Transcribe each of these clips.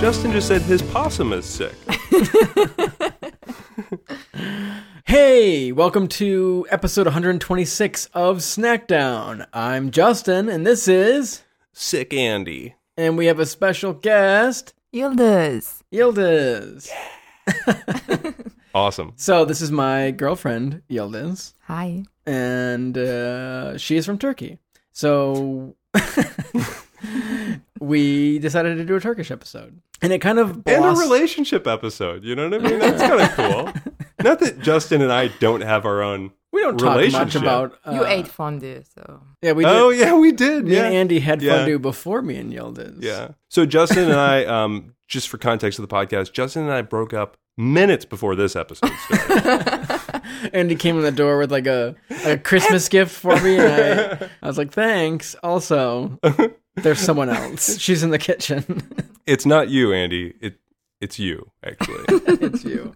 Justin just said his possum is sick. Hey, welcome to episode 126 of Snackdown. I'm Justin, and this is. Sick Andy. And we have a special guest, Yıldız. Yildiz. Awesome. So, this is my girlfriend, Yildiz, Hi. and uh, she is from Turkey. So, we decided to do a Turkish episode. And it kind of. And a blos- relationship episode. You know what I mean? That's kind of cool. Not that Justin and I don't have our own. we don't talk much relationship. about. Uh, you ate fondue, so Yeah, we did. oh, yeah, we did. Me Yeah. and Andy had Yeah. fondue before me and Yildiz. yeah. So Justin and I, um, just for context of the podcast, Justin and I broke up minutes before this episode. started. And he came in the door with like a, a Christmas gift for me, and I, I was like, "Thanks." Also, there's someone else. She's in the kitchen. it's not you, Andy. It It's you, actually. it's you.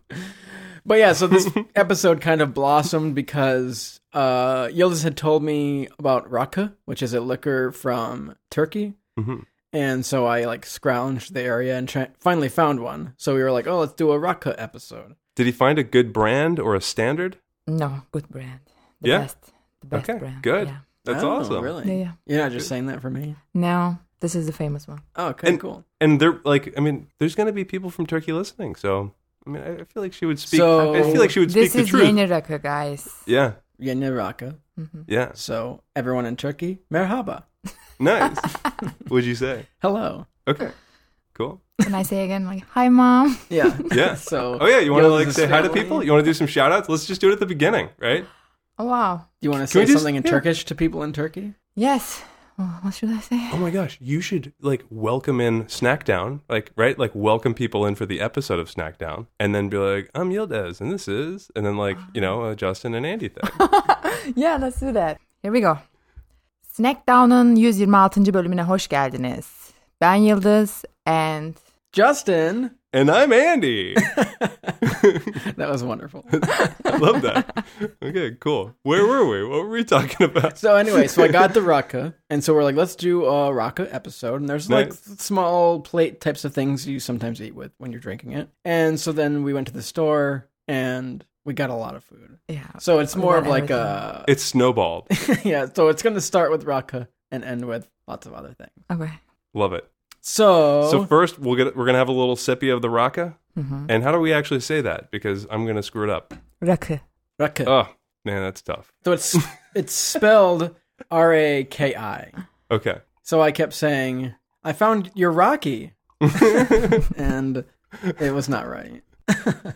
But yeah, so this episode kind of blossomed because uh, Yildiz had told me about raka, which is a liquor from Turkey, Mhm. and so I like scrounged the area and try- finally found one. So we were like, "Oh, let's do a raka episode." Did he find a good brand or a standard? no, good brand. The Yeah? best. The best Okay, brand. good. Yeah. That's Oh, awesome. Really? Yeah, yeah. You're not just saying that for me. Now this is the famous one. Oh, okay, And- cool. and they're like i mean there's going to be people from turkey listening so i mean i I feel like she would speak So- i feel like she would speak This the is truth Yeni Rakı, guys. Mm-hmm. yeah Yeni raka. yeah So everyone in Turkey, merhaba, nice would you say hello. okay cool Can I say again, like, hi, mom? Yeah. yeah So. oh yeah you want to Yildiz like is say hi to family. people you want to do some shout outs let's just do it at the beginning right Oh, wow. Do you want Can to say we just- something in yeah. Turkish to people in Turkey? Yes. Oh, what should I say? oh my gosh you should like welcome in snackdown like right like welcome people in for the episode of snackdown and then be like i'm yildiz and this is and then like you know a justin and andy thing Yeah, let's do that. Here we go. Snackdown'un 126. bölümüne hoş geldiniz. Ben Yıldız and Justin, and i'm andy that was wonderful. I love that. Okay, cool. Where were we? What were we talking about? So anyway, so I got the raka, and so we're like, let's do a raka episode. And there's like Nice. small plate types of things you sometimes eat with when you're drinking it. And so then we went to the store and we got a lot of food. yeah. So it's more got of like everything. a It's snowballed. yeah. So it's going to start with raka and end with lots of other things. Okay. Love it. So, So first, we'll get we're gonna have a little sippy of the raka. Mm-hmm. And how do we actually say that? Because I'm gonna screw it up. Rakı. raka. Oh man, that's tough. so it's it's spelled R A K I. Okay. So I kept saying, I found your Rocky. and it was not right.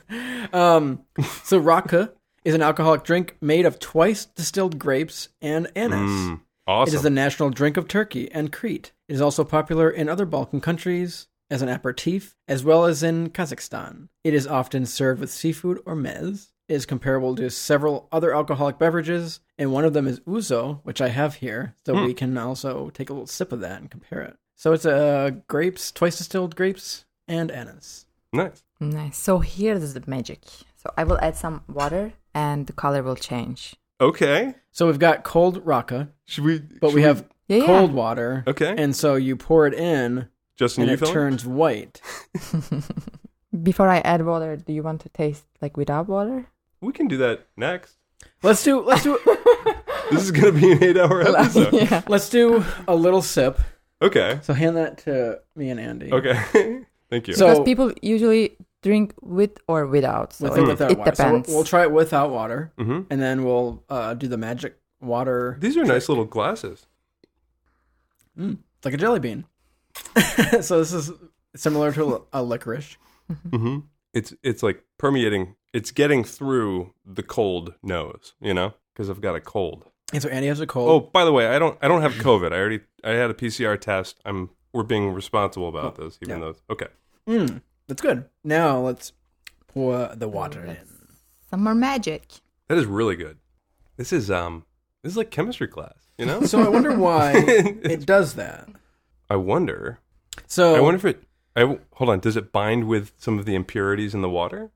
um, so, Raka is an alcoholic drink made of twice distilled grapes and anise. Mm, It is awesome. the national drink of Turkey and Crete. It is also popular in other Balkan countries as an aperitif, as well as in Kazakhstan. It is often served with seafood or mez. It is comparable to several other alcoholic beverages, and one of them is ouzo, which I have here, so Hmm. we can also take a little sip of that and compare it. So it's uh, grapes, twice distilled grapes, and anise. nice. Nice. So here is the magic. So I will add some water and the color will change. Okay. So we've got cold raka, Should we? but should we have Yeah, yeah. cold water. Okay. And so you pour it in, Justin. and you it feeling? turns white. Before I add water, do you want to taste like without water? We can do that next. Let's do let's do This is gonna be an eight-hour episode. yeah. Let's do a little sip. Okay. So hand that to me and Andy. Okay. Thank you. So- Because people usually drink with or without. So With it, or without it water. So depends. we'll, we'll try it without water, hmm and then we'll uh, do the magic water. These are nice little glasses. Mm, it's like a jelly bean. so this is similar to a licorice. Mm-hmm. hmm It's it's like permeating. It's getting through the cold nose, you know, because I've got a cold. And so Andy has a Oh, cold. by the way, I don't I don't have COVID. I already I had a PCR test. I'm we're being responsible about this, even Oh, yeah. though it's, okay. Mm, that's good. Now let's pour the water in. Some more magic. That is really good. This is um this is like chemistry class, you know. So I wonder why it does that. I wonder. So I wonder if it. I w- hold on. Does it bind with some of the impurities in the water?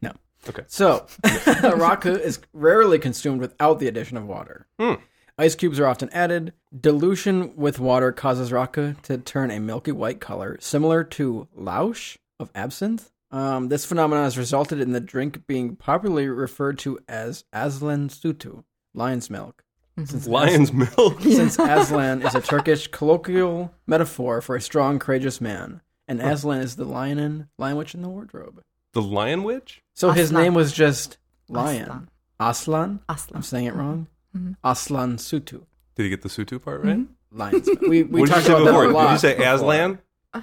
No. Okay. So, raku is rarely consumed without the addition of water. Hmm. Ice cubes are often added. Dilution with water causes raka to turn a milky white color, similar to lausch of absinthe. Um, this phenomenon has resulted in the drink being popularly referred to as Aslan Sutu, lion's milk. Since Lion's milk. since Aslan is a Turkish colloquial metaphor for a strong, courageous man, and Aslan is the lion, lion witch in the wardrobe. The lion witch? So his Aslan. name was just Lion. Aslan. Aslan? I'm Aslan. Mm-hmm. saying it wrong. Aslan Sutu. Did he get the Sutu part right? Lion's milk. We, Mm-hmm. we what did you talked say about that before? a lot. Did you say before. Aslan?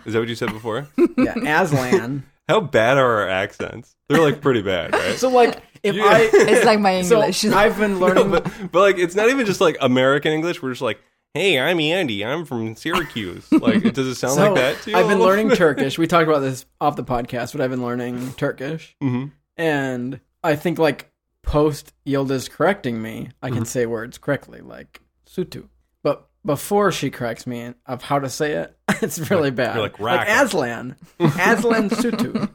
Is that what you said before? Yeah, Aslan. How bad are our accents? They're like pretty bad, right? so, like, if You- I. It's like my So English. I've been No, learning. but, but like it's not even just like American English. We're just like, hey, I'm Andy. I'm from Syracuse. Like, does it sound so like that to you? I've been a little learning bit? Turkish. We talked about this off the podcast, but I've been learning Turkish. Mhm. And I think, like, post Yildiz correcting me, I Mm-hmm. can say words correctly, like Sutu. But before she corrects me of how to say it, it's really bad. like, like "Raka." Aslan. Aslan Sutu.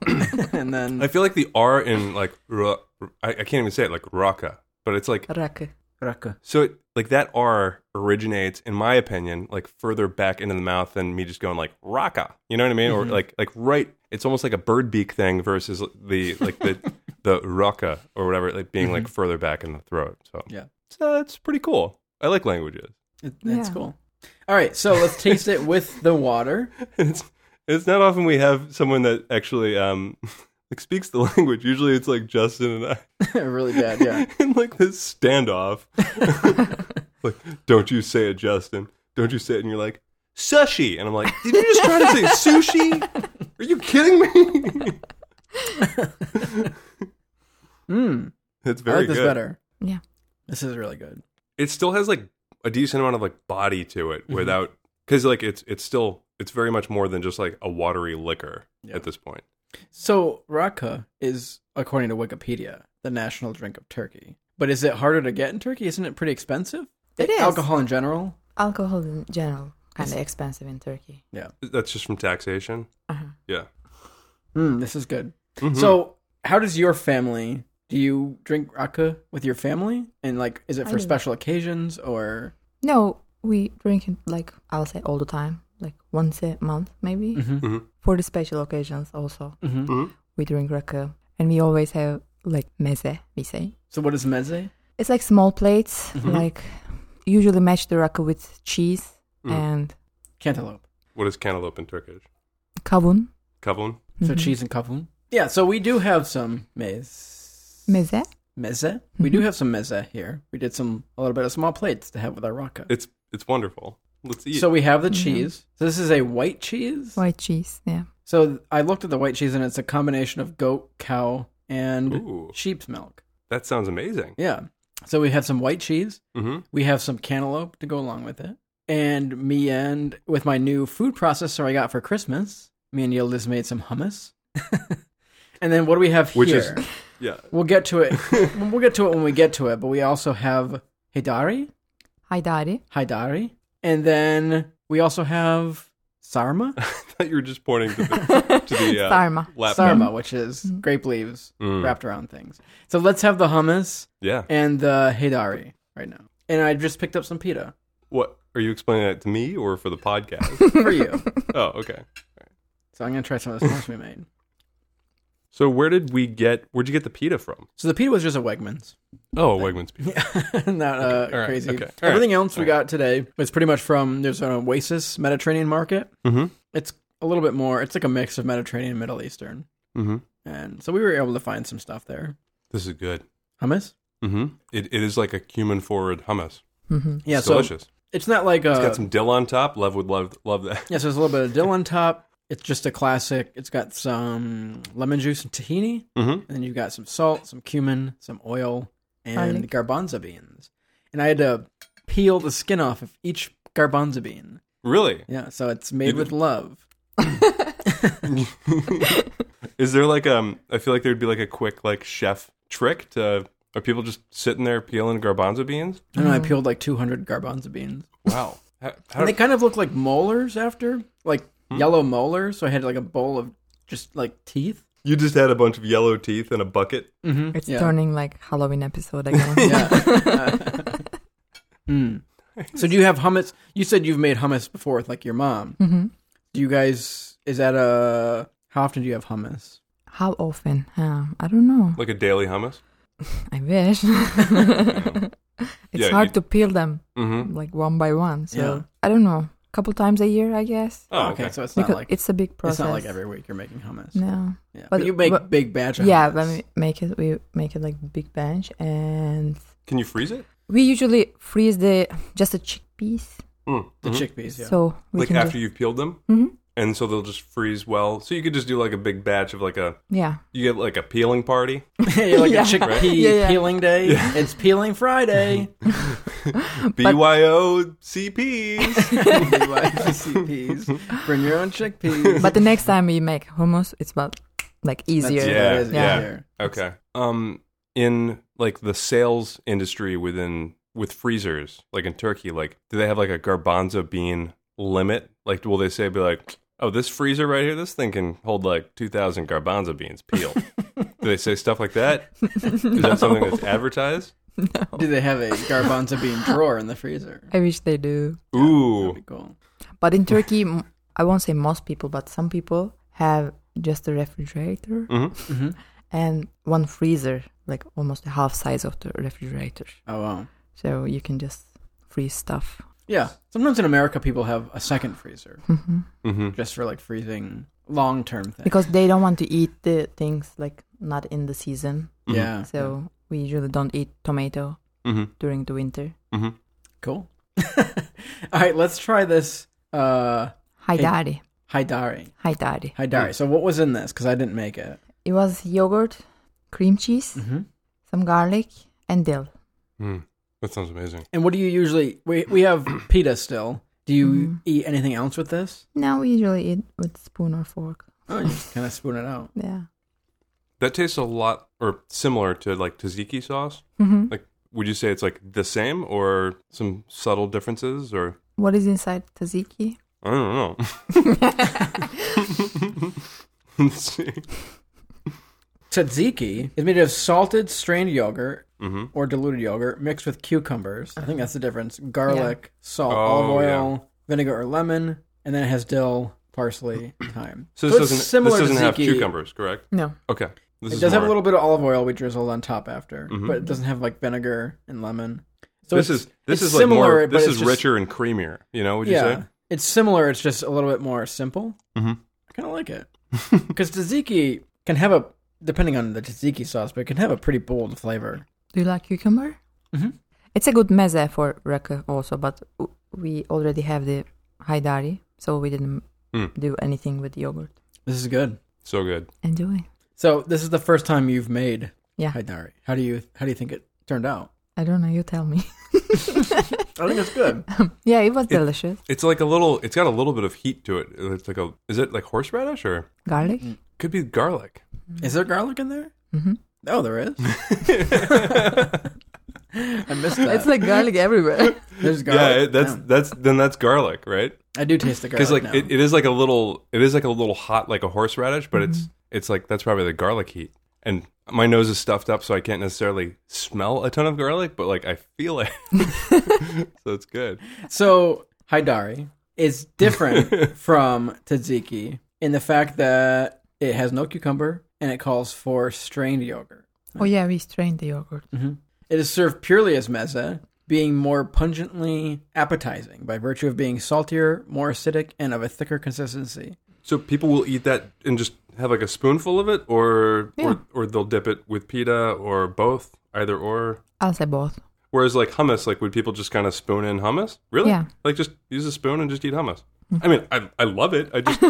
and then I feel like the R in like ru- I, I can't even say it like raka, but it's like Rakı. Raka. so it, like that R originates, in my opinion, like further back into the mouth than me just going like raka. You know what I mean? Mm-hmm. Or like like right. It's almost like a bird beak thing versus the like the the raka or whatever, like being like further back in the throat. So Mm-hmm. Yeah. so that's pretty cool. I like languages. It, that's Yeah. cool. All right, so let's taste it with the water. it's it's not often we have someone that actually um like speaks the language. Usually it's like Justin and I. really bad, yeah. and like this standoff. like, don't you say it, Justin. Don't you say it. And you're like, sushi. And I'm like, did you just try to say sushi? Are you kidding me? Mm, It's I very like this good. better. Yeah. This is really good. It still has like a decent amount of like body to it Mm-hmm. without because like it's it's still it's very much more than just like a watery liquor Yeah. at this point. So raka is, according to Wikipedia, the national drink of Turkey. But is it harder to get in Turkey? Isn't it pretty expensive? It is. Alcohol in general. Alcohol in general kind of expensive in Turkey. That's just from taxation. Uh-huh. Yeah. Mm, this is good. Mhm. So, how does your family? Do you drink raka with your family? And like, is it I for do. special occasions or? No, we drink it like I'll say all the time, like once a month maybe. Mm. Mm-hmm. Mhm. For the special occasions also, Mhm. Mhm. we drink rakı, and we always have like meze. We say So, what is meze? it's like small plates, Mm-hmm. like usually match the rakı with cheese Mm. Mhm. and Cantaloupe. What is cantaloupe in Turkish? kavun. Kavun? Mm-hmm. So cheese and kavun. Yeah. So we do have some meze. Meze. Mm-hmm. Meze. We do have some meze here. We did some a little bit of small plates to have with our raka. It's it's wonderful. Let's eat. So we have the cheese. So this is a white cheese. Mm-hmm. White cheese, yeah. So I looked at the white cheese, and it's a combination of goat, cow, and Ooh. sheep's milk. that sounds amazing. Yeah. So we have some white cheese. hmm We have some cantaloupe to go along with it. And me and with my new food processor I got for Christmas, me and Yildiz made some hummus. and then what do we have Which here? is- Yeah. We'll get to it. we'll get to it when we get to it. But we also have hidari, Haydari. hidari, and then we also have sarma, I thought you were just pointing to the, to the uh, Sarma. lap sarma, band. which is grape leaves Mm. wrapped around things. So let's have the hummus Yeah. and the hidari right now. And I just picked up some pita What are you explaining that to me or for the podcast? for you. oh, okay. so I'm gonna try some of this hummus we made. So where did we get? Where'd you get the pita from? So the pita was just at Wegmans, Oh, Wegmans pita. not uh, all right, crazy. okay, all right, Everything else we all got today was pretty much from there's an Oasis Mediterranean market. Mm-hmm. It's a little bit more. It's like a mix of Mediterranean, and Middle Eastern, Mm-hmm. and so we were able to find some stuff there. This is good. Hummus, Mm-hmm. It it is like a cumin forward hummus. hmm yeah. it's so uh, delicious. it's not like a it's got some dill on top. Love would love love that. yeah. So there's a little bit of dill on top. It's just a classic. It's got some lemon juice and tahini. Mm-hmm. And then you've got some salt, some cumin, some oil, and Garlic. garbanzo beans. And I had to peel the skin off of each garbanzo bean. Really? Yeah, so it's made You- with love. Is there like um? I feel like there'd be like a quick like chef trick to. Are people just sitting there peeling garbanzo beans? I don't know, I Mm. peeled like 200 garbanzo beans. Wow. How, how, Hmm. And they kind of look like molars after, like yellow molars. So I had like a bowl of just like teeth. you just had a bunch of yellow teeth in a bucket. Mm-hmm. It's yeah. turning like Halloween episode again. Yeah. Mm. So do you have hummus? You said you've made hummus before with like your mom. Mhm. Do you guys? Is that a? How often do you have hummus? How often? Huh, I don't know. Like a daily hummus. I wish. it's Yeah, hard you- to peel them Mm-hmm. like one by one. So Yeah. I don't know. couple times a year, I guess. Oh, okay. so it's not Because like it's, it's a big process. not like every week you're making hummus. No. Yeah, but, But- you make but- big batch. Of yeah, hummus. when we make it, we make it like big bench, and Can you freeze it? we usually freeze the just the chickpeas. Mm. the mhm. chickpeas. Yeah. So we Like can after do, you've peeled them, Mhm. and so they'll just freeze well. So you could just do like a big batch of like a yeah, you get like a peeling party. You're like Yeah. a chickpea Yeah, yeah. peeling day. It's peeling Friday. BYO CPs. BYCPs. Bring your own chickpeas. but the next time we make hummus, it's about like easier. That's- Yeah, that is yeah. easier. Okay. Um, in like the sales industry within with freezers, like in Turkey, like do they have like a garbanzo bean limit? Like, will they say be like, oh, this freezer right here, this thing can hold like two thousand garbanzo beans peeled? do they say stuff like that? Is that something that's advertised? Do they have a garbanzo bean drawer in the freezer? I wish they do. Ooh, That'd be cool. But in Turkey, m- I won't say most people, but some people have just a refrigerator hmm hmm and one freezer, like almost the half size of the refrigerator. Oh wow. So you can just freeze stuff. Yeah. Sometimes in America, people have a second freezer hmm hmm just for like freezing long term things. Because they don't want to eat the things like not in the season. yeah. So we usually don't eat tomato hmm during the winter. hmm Cool. All right, let's try this uh Hi, Hey. daddy. Haidari. Hi, daddy. Haidari. So what was in this? Because I didn't make it. It was yogurt, cream cheese, Mm-hmm. some garlic, and dill. Mm. That sounds amazing. And what do you usually? We we have pita still. Do you Mhm. eat anything else with this? Now we usually eat with spoon or fork. Oh, you just kind of spoon it out. Yeah. That tastes a lot or similar to like tzatziki sauce. hmm Like, would you say it's like the same or some subtle differences or? What is inside tzatziki? I don't know. Let's see. Tzatziki is made of salted strained yogurt Mm-hmm. or diluted yogurt mixed with cucumbers. I think that's the difference. Garlic, salt, Oh, olive oil, vinegar or lemon, and then it has dill, parsley, thyme. So this it's doesn't. This doesn't have tzatziki. cucumbers, correct? No. Okay. This It is does have a more- little bit of olive oil we drizzled on top after, Mhm. but it doesn't have like vinegar and lemon. So this is it's- this is it's like more. similar, but this it's is just- richer and creamier. You know? Would you yeah, say? it's similar. It's just a little bit more simple. Mhm. I kind of like it because tzatziki can have a depending on the tzatziki sauce, but it can have a pretty bold flavor. Do you like cucumber? Mhm. It's a good meze for raka also, but w- we already have the haidari, so we didn't Mm. do anything with yogurt. This is good. So good. Enjoy. So this is the first time you've made Yeah. haidari. How do you how do you think it turned out? I don't know. You tell me. I think it's good. yeah, it was delicious. It's like a little. It's got a little bit of heat to it. It's like a. Is it like horseradish or Garlic. could be garlic? Is there garlic in there? hmm Oh, there is. I missed that. It's like garlic everywhere. There's yeah, garlic. it- that's Damn. that's then that's garlic, right? I do taste the garlic. because like now. it, it is like a little it is like a little hot like a horseradish but it's Mm-hmm. it's like that's probably the garlic heat and my nose is stuffed up so i can't necessarily smell a ton of garlic but like i feel it so it's good So Haidari is different from tzatziki in the fact that it has no cucumber and it calls for strained yogurt. oh yeah, we strained the yogurt. It is served purely as meze, being more pungently appetizing by virtue of being saltier, more acidic, and of a thicker consistency. so people will eat that and just have like a spoonful of it or Yeah. or, or they'll dip it with pita or both either or I'll say both. whereas like hummus like would people just kind of spoon in hummus really Yeah. like just use a spoon and just eat hummus i mean i, I love it i just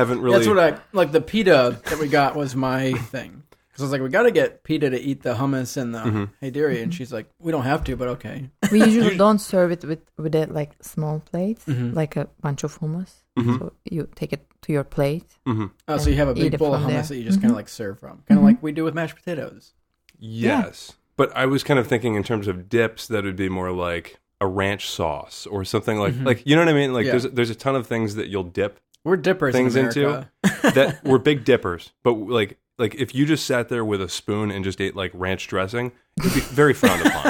haven't really Mm-hmm. That's what I like. The pita that we got was my thing. Because I was like, we got to get pita to eat the hummus and the Mm-hmm. haidari. And she's like, we don't have to, but okay. We usually don't serve it with with a like small plate, Mm-hmm. like a bunch of hummus. So you take it to your plate. Mhm. Oh, so you have a Eat big it bowl of hummus from there. that you just kind of like serve from, kind of like we do with mashed potatoes. Yes. But I was kind of thinking in terms of dips that would be more like a ranch sauce or something like Mm-hmm. like you know what I mean? Like Yeah. there's there's a ton of things that you'll dip We're dippers things in into America. that were big dippers. But like like if you just sat there with a spoon and just ate like ranch dressing, it'd be very frowned upon.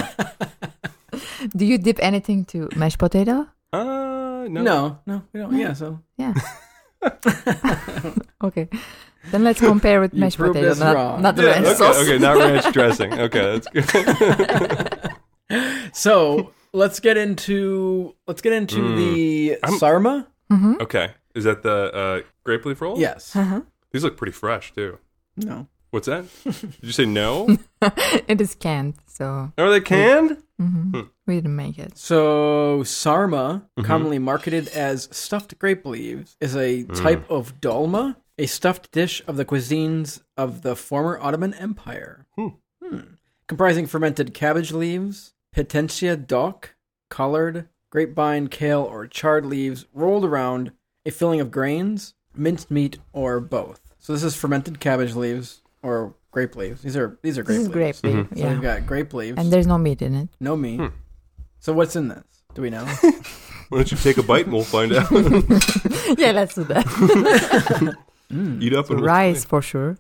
Do you dip anything to mashed potato? Uh, no. No, no, we don't. Yeah, so Yeah. okay. Then let's compare with You mashed proved potato, us not, wrong. not the Yeah, ranch okay, sauce. Mm-hmm. okay, not ranch dressing. Okay, that's good. so let's get into let's get into Mm. the sarma. okay, is that the uh, grape leaf roll? Yes. Uh-huh. These look pretty fresh too. No. What's that? Did you say no? It is canned, so Are they canned? we didn't make it. So sarma, commonly marketed as stuffed grape leaves, is a type of dolma, a stuffed dish of the cuisines of the former Ottoman Empire. Hmm. Comprising fermented cabbage leaves, petentia doc, collard, grapevine, kale, or charred leaves rolled around a filling of grains, minced meat, or both. So this is fermented cabbage leaves or grape leaves. These are these are grape This is leaves. grape leaf, So yeah. we've got grape leaves. and there's no meat in it. No meat. So what's in this? Do we know? Why don't you take a bite and we'll find out. yeah, let's do that. Eat up and Hmm. we'll- Rice for sure.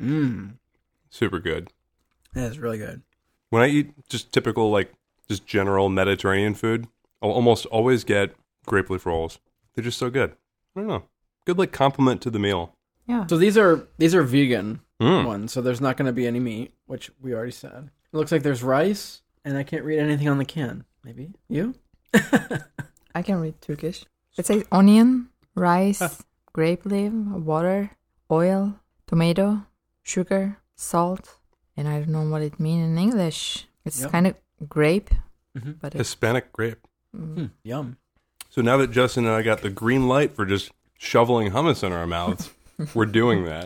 Mmm. Super good. That is really good. When I eat just typical like just general Mediterranean food, I'll almost always get grape leaf rolls. They're just so good. I don't know. Good like compliment to the meal. Yeah. So these are these are vegan Mm. ones, so there's not going to be any meat, which we already said. It looks like there's rice, and I can't read anything on the can. Maybe you? I can read Turkish. It says onion, rice, grape leaf, water, oil, tomato, sugar, salt, and I don't know what it means in English. It's Yeah. kind of grape, Mhm. but it's Hispanic grape. Hmm, yum. So now that Justin and I got the green light for just shoveling hummus in our mouths, we're doing that.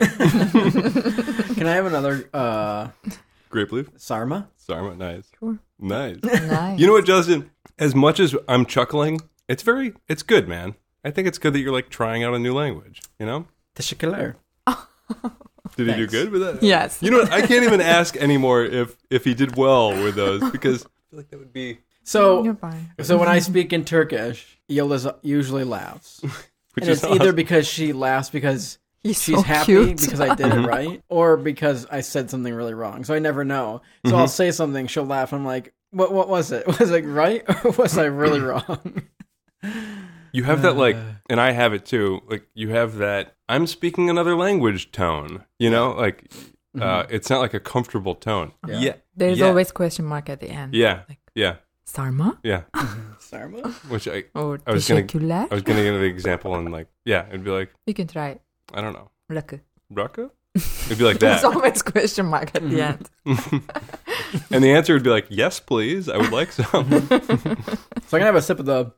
Can I have another uh, Grape leaf? sarma? Sarma, nice. Sure. Nice. nice. You know what, Justin? As much as I'm chuckling, it's very it's good, man. I think it's good that you're like trying out a new language, you know? Teşekkürler. Did he do Thanks. good with that? yes. You know what? I can't even ask anymore if if he did well with those because I feel like that would be So, You're fine. so when I speak in Turkish, Yildiz usually laughs, and it's either because she laughs because He's she's so happy cute. because I did it right, or because I said something really wrong. So I never know. So Mm-hmm. I'll say something, she'll laugh. I'm like, what? What was it? Was I right or was I really wrong? you have that Uh. like, and I have it too. Like you have that. I'm speaking another language tone. You know, like Mm-hmm. uh, it's not like a comfortable tone. Yeah, There's yeah. always question mark at the end. yeah, Like, yeah, Sarma yeah. Sarma. Which I or I was gonna- teşekkürler. I was gonna give an example and like yeah, it'd be like You can try it. I don't know, Rakı. Raka. It'd be like There's that, always question mark at the end. and the answer would be like yes, please. I would like some. So I'm gonna have a sip of the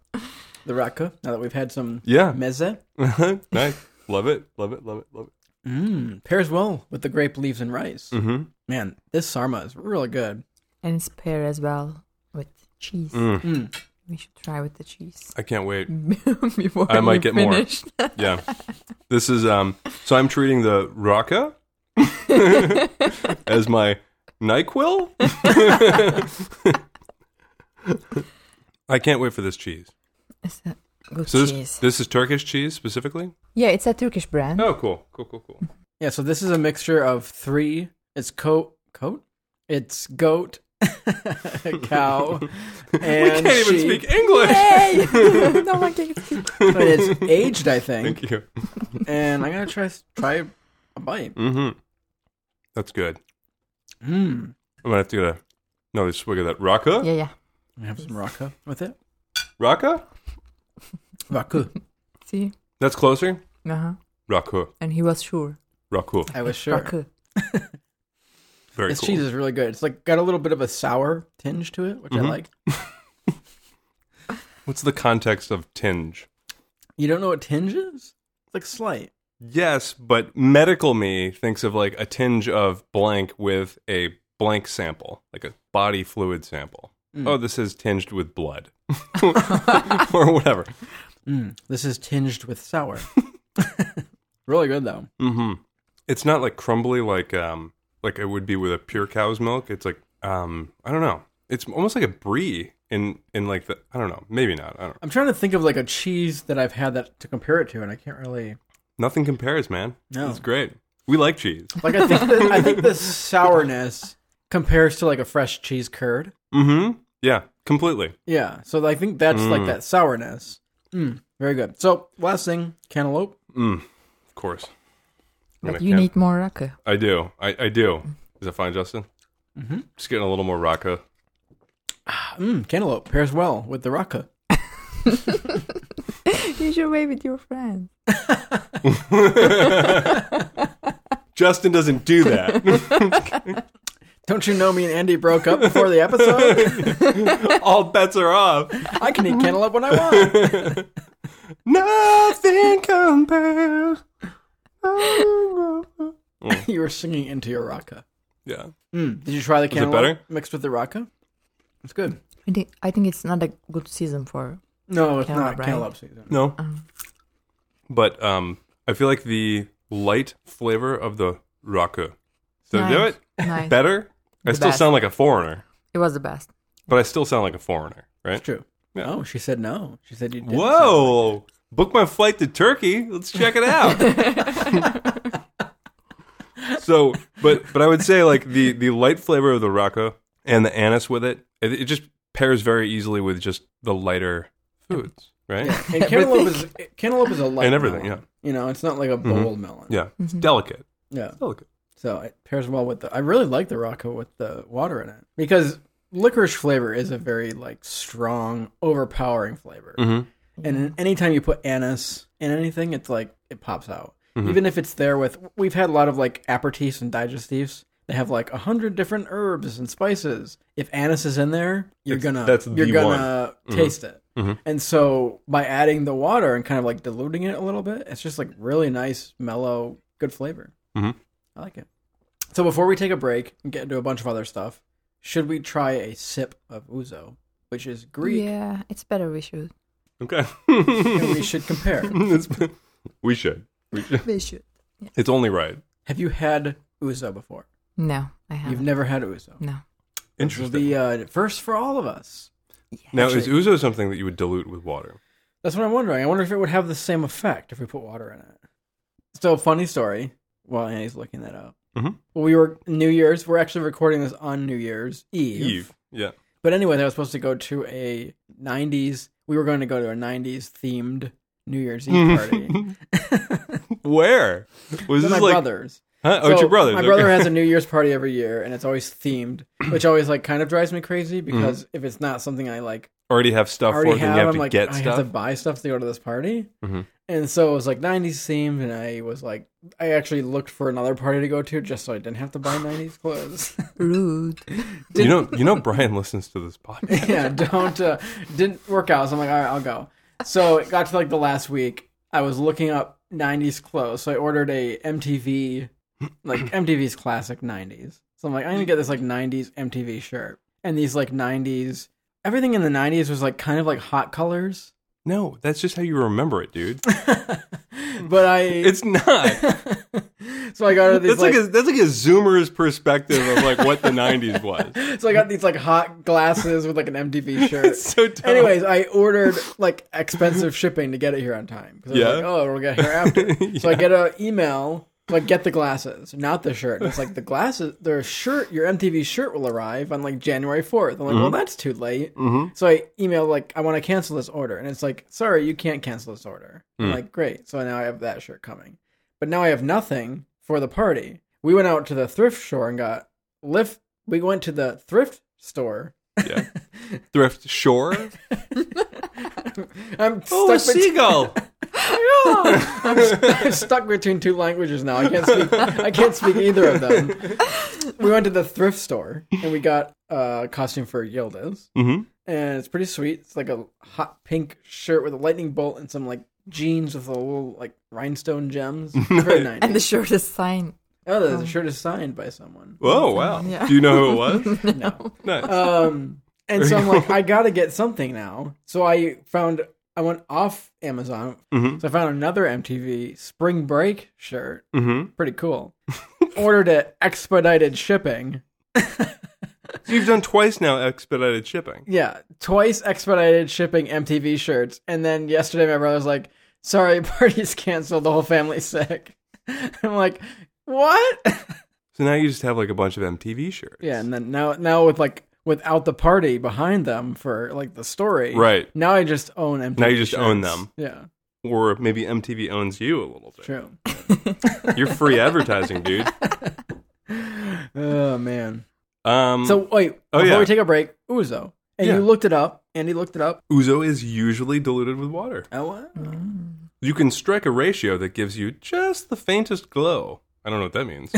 the raka now that we've had some yeah, meze. nice. Love it, love it, love it, love it. Mm, pairs well with the grape leaves and rice. Mm-hmm. Man, this sarma is really good. And it's pear as well with cheese. Mm. Mm. We should try with the cheese. I can't wait. Before I might you get more. finish. Yeah. This is um so I'm treating the Raka as my NyQuil. I can't wait for this cheese. It's a good So this cheese. this is Turkish cheese specifically? Yeah, it's a Turkish brand. Oh cool. Cool, cool, cool. Yeah. So this is a mixture of three. It's coat coat. It's goat, cow, and we can't even sheep. speak English. Yay! no one can speak. But it's aged, I think. Thank you. and I'm gonna try try a bite. Mm-hmm. That's good. Mm. I'm gonna have to get a another swig of that. Raka? Yeah, yeah. I have some raka with it. Raka? Raku. See? That's closer? Uh huh. Raka. And he was sure. Raka. I was sure. Rakı. Very This cool. cheese is really good. It's like got a little bit of a sour tinge to it, which Mm-hmm. I like. What's the context of tinge? You don't know what tinge is? It's like slight. Yes, but medical me thinks of like a tinge of blank with a blank sample, like a body fluid sample. Oh, this is tinged with blood or whatever. This is tinged with sour. really good though. hmm It's not like crumbly like um like it would be with a pure cow's milk. It's like um I don't know. It's almost like a brie in in like the I don't know. Maybe not. I don't. I'm trying to think of like a cheese that I've had that to compare it to, and I can't really. Nothing compares, man. No. it's great. We like cheese. Like I think the, I think the sourness compares to like a fresh cheese curd. Mm-hmm. Yeah, completely. Yeah. So I think that's like Mm. that sourness. Mm, very good. So last thing, cantaloupe. Mm, of course. I'm But gonna you count- need more raka. I do. I, I do. Is that fine, Justin? Mm-hmm. Mhm. Just getting a little more raka. Mm, cantaloupe pairs well with the raka. you should wait with your friends. Justin doesn't do that. Don't you know me and Andy broke up before the episode? All bets are off. I can eat cantaloupe when I want. Nothing compares. Mm. you were singing into your raka. Yeah. Mm, did you try the it cantaloupe better? mixed with the raka? It's good. I think I think it's not a good season for. No, it's Cantaloupe, not right? cantaloupe season. No. Um, But um, I feel like the light flavor of the raku. So nice, do it Nice. better. I The still best. sound like a foreigner, It was the best. but I still sound like a foreigner, right? It's true. Yeah. No, she said no. She said you didn't. Whoa! Book my flight to Turkey. Let's check it out. so, but but I would say like the the light flavor of the raka and the anise with it, it, it just pairs very easily with just the lighter foods, right? Yeah, And cantaloupe is cantaloupe is a light And everything, Mm-hmm. melon. You know, it's not like a bold melon. it's Mm-hmm. delicate, Yeah. delicate. So it pairs well with the. I really like the raka with the water in it because licorice flavor is a very like strong, overpowering flavor. Mm-hmm. And anytime you put anise in anything, it's like it pops out. Mm-hmm. Even if it's there with, we've had a lot of like aperitifs and digestives. They have like a hundred different herbs and spices. If anise is in there, you're It's- gonna that's you're the gonna taste it. Mhm. And so by adding the water and kind of like diluting it a little bit, it's just like really nice, mellow, good flavor. Mhm. I like it. So before we take a break and get into a bunch of other stuff, should we try a sip of ouzo, which is Greek, Yeah, it's better we should. and Okay. we should compare. It's- we should. We should. We should. Yeah. It's only right. Have you had ouzo before? No, I You've haven't. never had ouzo. no. This will Interesting. be uh, first for all of us. now, actually- is ouzo something that you would dilute with water? That's what I'm wondering. I wonder if it would have the same effect if we put water in it. So, funny story. While Annie's looking that up, Mhm. we were New Year's. We're actually recording this on New Year's Eve. Eve. Yeah. But anyway, I was supposed to go to a '90s. We were going to go to a '90s themed New Year's Mm-hmm. Eve party. Where was With this my like? brothers. Huh? oh, it's So, your brother. My brother has a New Year's party every year, and it's always themed, which always like kind of drives me crazy because Mm-hmm. if it's not something I like already have stuff for already it, and have. you have I'm to like, get I stuff. have to buy stuff to go to this party. Mhm. And so it was like 90s themed, and I was like, I actually looked for another party to go to just so I didn't have to buy 90s clothes. Rude. you know, you know, Brian listens to this podcast. yeah, don't, uh, didn't work out. So I'm like, all right, I'll go. So it got to like the last week. I was looking up 90s clothes. So I ordered a MTV, like MTV's classic 90s. So I'm like, I'm going to get this like 90s MTV shirt. And these like 90s, everything in the 90s was like kind of like hot colors. No, that's just how you remember it, dude. But I. It's not. so I got her these That's like, like, a that's like a zoomer's perspective of like what the '90s was. so I got these like hot glasses with like an MTV shirt. It's so dumb. Anyways, I ordered like expensive shipping to get it here on time because I was Yeah. like, oh, it'll get here after. So I get an email like get the glasses, not the shirt. And it's like the glasses, their shirt, your MTV shirt will arrive on like January fourth. I'm like, Mm-hmm. well, that's too late. Mhm. So I email like I want to cancel this order, and it's like, sorry, you can't cancel this order. I'm Mm. like, great. So now I have that shirt coming, but now I have nothing for the party. We went out to the thrift store and got lift. We went to the thrift store. yeah. Thrift Shore. I'm Oh, a stuck, bet- seagull. I'm stuck between two languages now. I can't speak. I can't speak either of them. We went to the thrift store and we got a costume for Yildiz. hmm and it's pretty sweet. It's like a hot pink shirt with a lightning bolt and some like jeans with a little like rhinestone gems. Very nice. And the shirt is signed. oh, the shirt is signed by someone. Oh wow. Yeah. Do you know who it was? No. Nice. Um, and so I'm like, I gotta get something now. So I found I went off Amazon. Mhm. So I found another MTV Spring Break shirt. hmm Pretty cool. Ordered it expedited shipping. So you've done twice now expedited shipping. Yeah, twice expedited shipping MTV shirts, and then yesterday my brother's like, "Sorry, party's canceled. The whole family's sick." I'm like, "What?" So now you just have like a bunch of MTV shirts. yeah, and then now, now with like without the party behind them for like the story. Right. Now I just own MTV. Now you just shows. own them. Yeah. Or maybe MTV owns you a little bit. True. You're free advertising, dude. oh man. Um, So wait, Oh, before yeah. we take a break, Uzo. And Yeah. you looked it up. Andy looked it up. Uzo is usually diluted with water. Oh, what? You can strike a ratio that gives you just the faintest glow. I don't know what that means.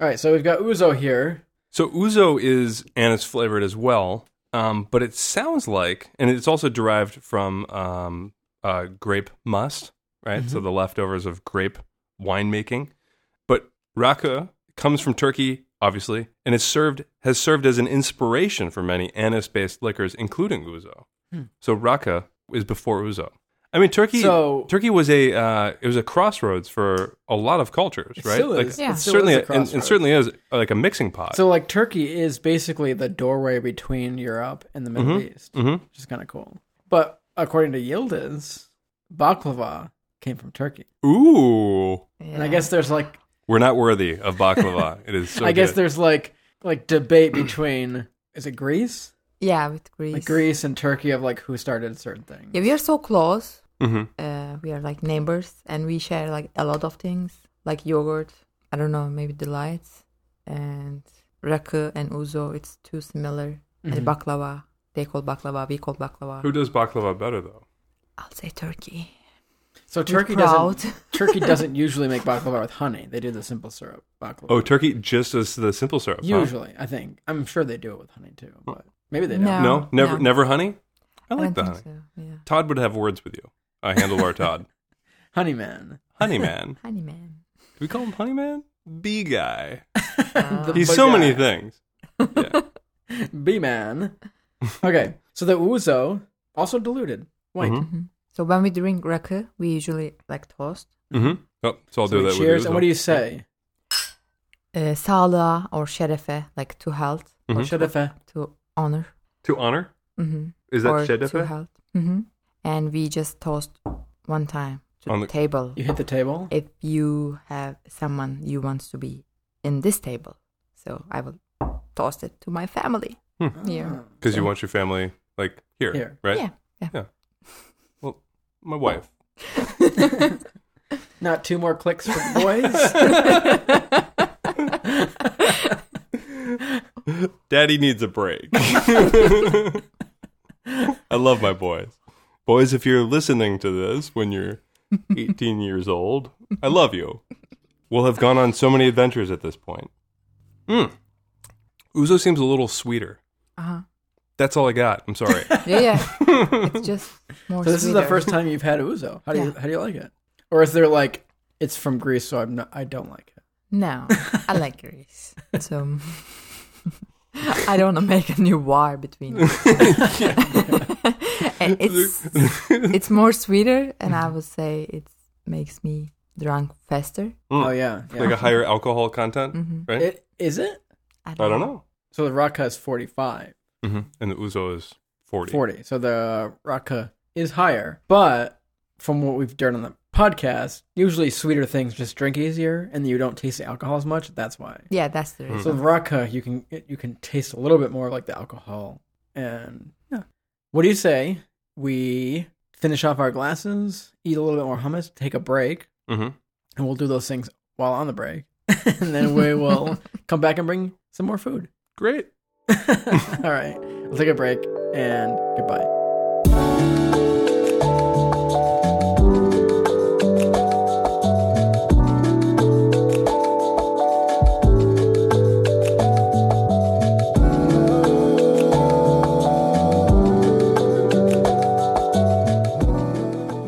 All right, so we've got Uzo here. So ouzo is anise flavored as well, um, but it sounds like, and it's also derived from um, uh, grape must, right? Mm-hmm. So the leftovers of grape winemaking. But raka comes from Turkey, obviously, and is served has served as an inspiration for many anise based liquors, including ouzo. Hmm. So raka is before ouzo. I mean, Turkey. So- Turkey was a uh, it was a crossroads for a lot of cultures, It right? still Like, is. Yeah. it's It still certainly, is a and- and, crossroads. certainly is uh, like a mixing pot. So like Turkey is basically the doorway between Europe and the Middle East, hmm which is kind of cool. But according to Yildiz, baklava came from Turkey, Ooh. and I guess there's like We're not worthy of baklava. it is so I guess good. there's like like debate between is it Greece, yeah, with Greece. like Greece and Turkey of like who started certain things. Yeah, we are so close. Mhm. Uh, we are like neighbors, and we share like a lot of things, like yogurt. I don't know, maybe delights and rakı and uzo. It's too similar. And baklava, they call baklava, we call baklava. Mm-hmm. Who does baklava better though? I'll say Turkey. So Turkey proud. doesn't Turkey doesn't usually make baklava with honey. They do the simple syrup baklava. Oh, turkey just as the simple syrup. huh? usually, I think. I'm sure they do it with honey too, but maybe they don't. No. No, never, No. never honey. I like the don't honey. think so. Yeah, Todd would have words with you. I handle our Todd. Honey man. honey man. honey man. Do we call him honey man? Bee guy. Uh, He's Bug so many guy. things. Yeah. B man. Okay. So the ouzo also diluted. White. Mhm. mm-hmm. so when we drink rakı, we usually like toast, Mm-hmm. Oh, so I'll do So we that. cheers. With and what do you say? uh, sağlığa or şerefe, like to health, Mm-hmm. Or Shadafe. to honor. To honor? hmm Is that or to shedefe? health. hmm And we just toast one time to On the the- table. You hit the table. if you have someone you want to be in this table. So I will toss it to my family. Hmm. Yeah. Because you want your family like here, Here. right? Yeah. Yeah. Well, my wife. Not two more clicks for the boys. Daddy needs a break. I love my boys. Boys, if you're listening to this when you're 18 years old, I love you. We'll have gone on so many adventures at this point. Mm. Uzo seems a little sweeter. Ah. Uh-huh. That's all I got. I'm sorry. Yeah, yeah. It's just more so this is the sweeter. first time you've had ouzo. How do you Yeah. how do you like it? Or is there like it's from Greece, so I'm not, I don't like it. No, I like Greece. So I don't want to make a new war between us. And it's, it's more sweeter, and I would say it makes me drunk faster. Mm. Oh yeah, yeah. like a higher alcohol content, right? It is it? I don't know. So the raka is 45, hmm And the Uzo is 40. 40. So the raka is higher, but from what we've done on the podcast, usually sweeter things just drink easier, and you don't taste the alcohol as much. That's why. Yeah, that's Hmm. the So reason. the raka, you can you can taste a little bit more of, like the alcohol, and yeah. What do you say we finish off our glasses, eat a little bit more hummus, take a break, hmm and we'll do those things while on the break, and then we will come back and bring some more food. Great. All right. We'll take a break and goodbye.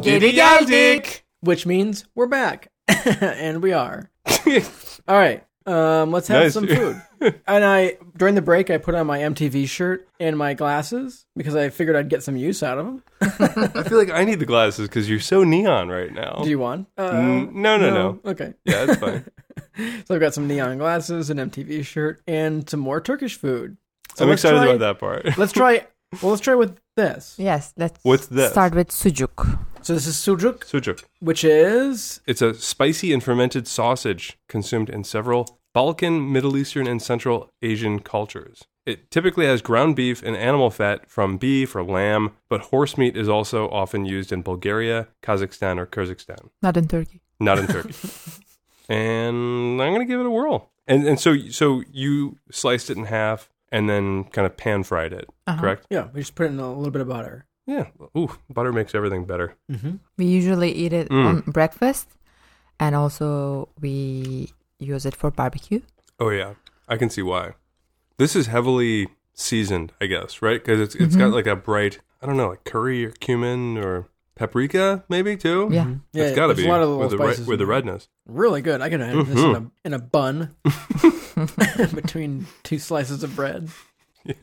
Geri geldik. Which means we're back. and we are. All right. Um, let's have Nice. some food. and I during the break I put on my MTV shirt and my glasses because I figured I'd get some use out of them. I feel like I need the glasses because you're so neon right now. Do you want? Uh, Oh. Mm, no, no, no. Okay. Yeah, that's fine. So I've got some neon glasses, an MTV shirt, and some more Turkish food. So I'm let's excited try- about that part. Let's try. Well, let's try with this. Yes, let's What's this? start with sujuk. So this is sucuk, Sucuk. which is It's a spicy and fermented sausage consumed in several Balkan, Middle Eastern, and Central Asian cultures. It typically has ground beef and animal fat from beef or lamb, but horse meat is also often used in Bulgaria, Kazakhstan, or Kyrgyzstan, Not in Turkey. not in Turkey. and I'm going to give it a whirl. And and so so you sliced it in half and then kind of pan fried it, Uh-huh. correct? Yeah, we just put it in a little bit of butter. Yeah. Ooh, butter makes everything better. Mm-hmm. We usually eat it Mm. on breakfast, and also we use it for barbecue. Oh yeah, I can see why. This is heavily seasoned, I guess, right? Because it's it's Mm-hmm. got like a bright, I don't know, like curry or cumin or paprika, maybe too. Mm-hmm. Yeah. Yeah, it's got to there's be a lot of little with the, re- spices with the in there. redness. Really good. I can have this Mhm. in a, in a bun between two slices of bread. Yeah.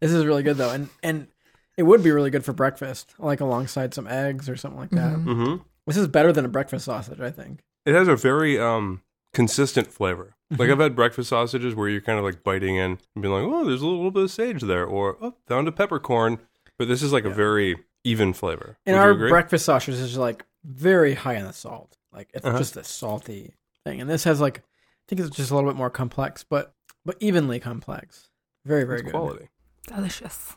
This is really good though, and and it would be really good for breakfast, like alongside some eggs or something like that. Mhm. hmm This is better than a breakfast sausage, I think. It has a very um consistent flavor. Like Mm-hmm. I've had breakfast sausages where you're kind of like biting in and being like, oh, there's a little bit of sage there, or oh, found a peppercorn. But this is like a very even flavor. And Would you our agree? breakfast sausage is like very high in the salt. Like it's Uh-huh. just a salty thing, and this has like I think it's just a little bit more complex, but but evenly complex. Very very It's good. quality. Delicious.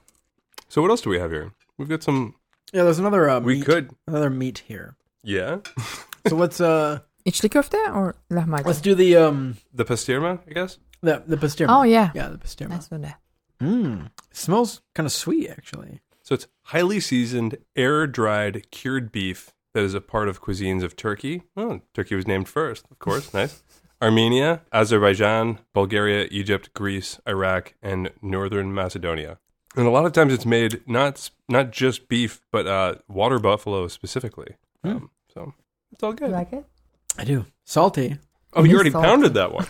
So what else do we have here? We've got some. Yeah, there's another uh, We meat, could, another meat here. yeah, So let's uh İçli köfte or lahmacun? let's do the um the pastirma, I guess. the the pastirma. Oh yeah. yeah, the pastirma. Let's do that. Mm. Smells kind of sweet, actually. So it's highly seasoned, air dried, cured beef that is a part of cuisines of Turkey. Oh, Turkey was named first, of course. nice. Armenia, Azerbaijan, Bulgaria, Egypt, Greece, Iraq, and Northern Macedonia. And a lot of times it's made not s- not just beef, but uh, water buffalo specifically. Hmm. Um, so it's all You good. like it? I do. Salty. oh, you It already is salty. pounded that one.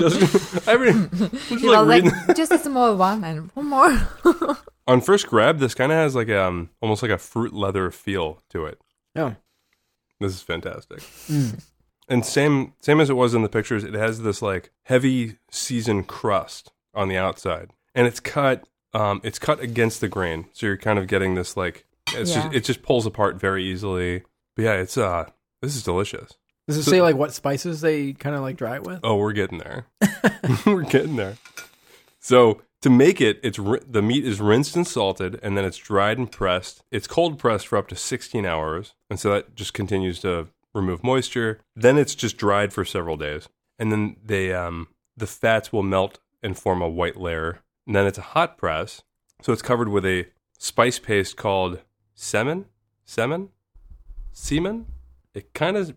just, I re- just You know, like like, reading- just a small one and one more. on first grab, this kind of has like um almost like a fruit leather feel to it. Oh. This is fantastic. Mm. And same same as it was in the pictures, it has this like heavy seasoned crust on the outside, and it's cut um it's cut against the grain, so you're kind of getting this like it's Yeah. just, it just pulls apart very easily. But yeah, it's uh this is delicious. Does it So- say like what spices they kind of like dry it with? Oh, we're getting there. we're getting there. So to make it, it's ri- the meat is rinsed and salted, and then it's dried and pressed. It's cold pressed for up to 16 hours, and so that just continues to remove moisture. Then it's just dried for several days, and then they um, the fats will melt and form a white layer. And then it's a hot press, so it's covered with a spice paste called semen, semen, semen. It kind of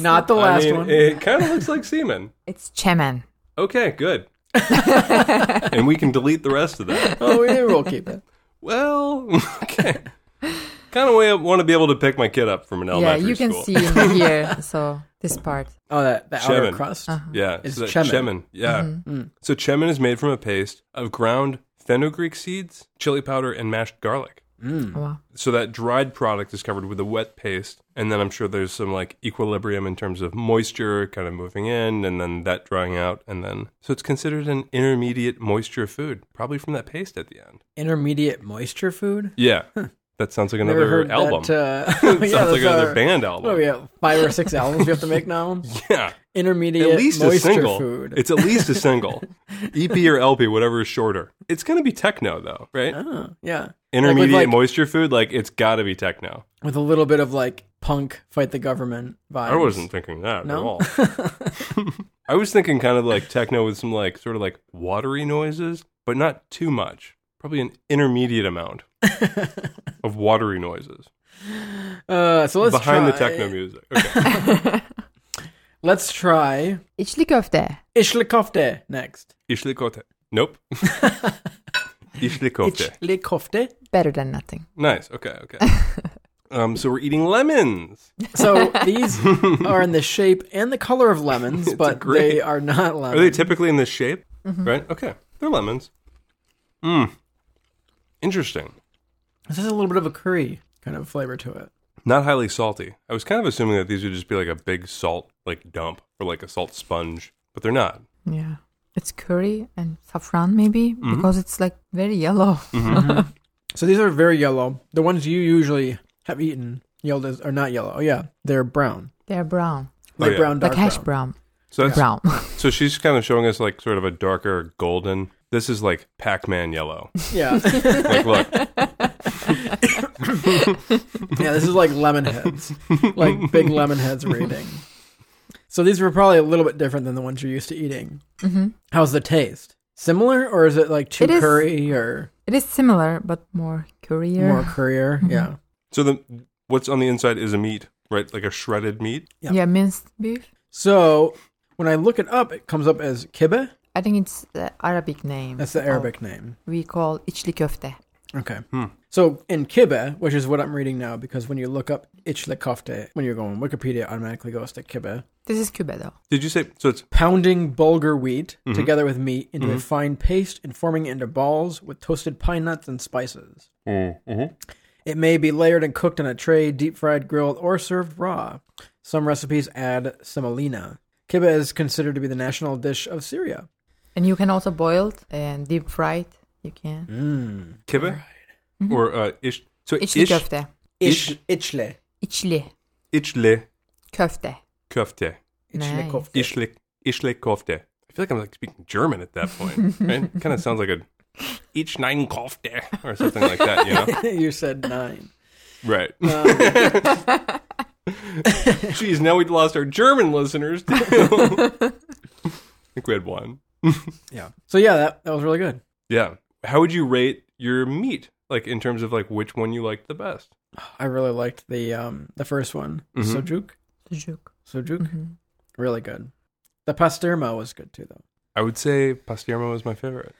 Not the last one. It kind of looks like semen. It's chemen. Okay, good. and we can delete the rest of that. oh, we will keep it. Well, okay. kind of way I want to be able to pick my kid up from an yeah, elementary you can school. see in here. So this part. Oh, that the outer Shaman. crust. Uh-huh. Yeah, It's so that chemin. Yeah. Mm-hmm, Mm. So chemin is made from a paste of ground fenugreek seeds, chili powder, and mashed garlic. Mm. Wow. So that dried product is covered with a wet paste, and then I'm sure there's some like equilibrium in terms of moisture kind of moving in, and then that drying out, and then so it's considered an intermediate moisture food, probably from that paste at the end. Intermediate moisture food. Yeah. That sounds like Never another heard album. That, uh, It yeah, sounds like that's another our- band album. Oh yeah, five or six albums we have to make now. Yeah. Intermediate At least a moisture single. food. It's at least a single. EP or LP, whatever is shorter. It's going to be techno, though, right? Oh, yeah, Intermediate like- moisture food, like, it's got to be techno. with a little bit of like punk fight the government vibes. I wasn't thinking that at No? all. I was thinking kind of like techno with some, like, sort of like watery noises, but not too much. Probably an intermediate amount of watery noises Uh, so let's behind the try- techno music. Okay. Let's try İçli köfte. ishlikofte next. İşli köfte. Nope. İşli köfte. Ishlikofte. Better than nothing. Nice. Okay. Okay. um. So we're eating lemons. So these are in the shape and the color of lemons, a but great- they are not Are they lemons. typically in this shape? Right. Okay. They're lemons. Hmm. Interesting. this has a little bit of a curry kind of flavor to it. Not highly salty. I was kind of assuming that these would just be like a big salt like dump or like a salt sponge, but they're not. Yeah. It's curry and saffron maybe Mm-hmm. because it's like very yellow. Mm-hmm. So these are very yellow. The ones you usually have eaten yelled as are not yellow. Oh yeah, they're brown, They're brown, like Oh, yeah. brown, dark like hash brown. brown. So that's brown. so she's kind of showing us like sort of a darker golden. This is like Pac-Man yellow. Yeah. Like, look, yeah, this is like lemon heads. Like big lemon heads we're eating. So these were probably a little bit different than the ones you're used to eating. hmm How's the taste? Similar or is it like too It is- curry or It is similar, but more currier. more currier? Mhm. Yeah. so the what's on the inside is a meat, right? Like a shredded meat. Yeah. yeah. minced beef. So when I look it up, it comes up as kibbeh. I think it's the Arabic name. That's the of- Arabic name. we call ichli köfte. Okay. Hmm. So in kibbeh, which is what I'm reading now, because when you look up ichli kofte, when you're going Wikipedia, automatically goes to kibbeh. This is kube though. Did you say so? It's Pounding bulgur wheat Mhm. together with meat into a Mhm. fine paste and forming it into balls with toasted pine nuts and spices. mm-hmm. It may be layered and cooked on a tray, deep fried, grilled, or served raw. Some recipes add semolina. Kibbeh is considered to be the national dish of Syria. And you can also boil it and deep fry it. You can. Mm. kibbeh or uh, ish. So ish Mm-hmm. Ichli köfte. Ish, ichle. Ichli ichle köfte. kofte. Ichle Nice. kofte. Ishle Ishle Kofte. I feel like I'm like speaking German at that point. Right? kind of sounds like a Ich nein Kofte or something like that, you know? you said nine. Right. Um, Jeez, now we lost our German listeners too. I think we had one. yeah. So yeah, that, that was really good. Yeah. How would you rate your meat? Like in terms of like which one you liked the best? I really liked the um the first one. Mhm. Sojuk. Sujuk. Sojuk. Mhm. Really good. The pastirma was good too though. I would say Pastiermo was my favorite.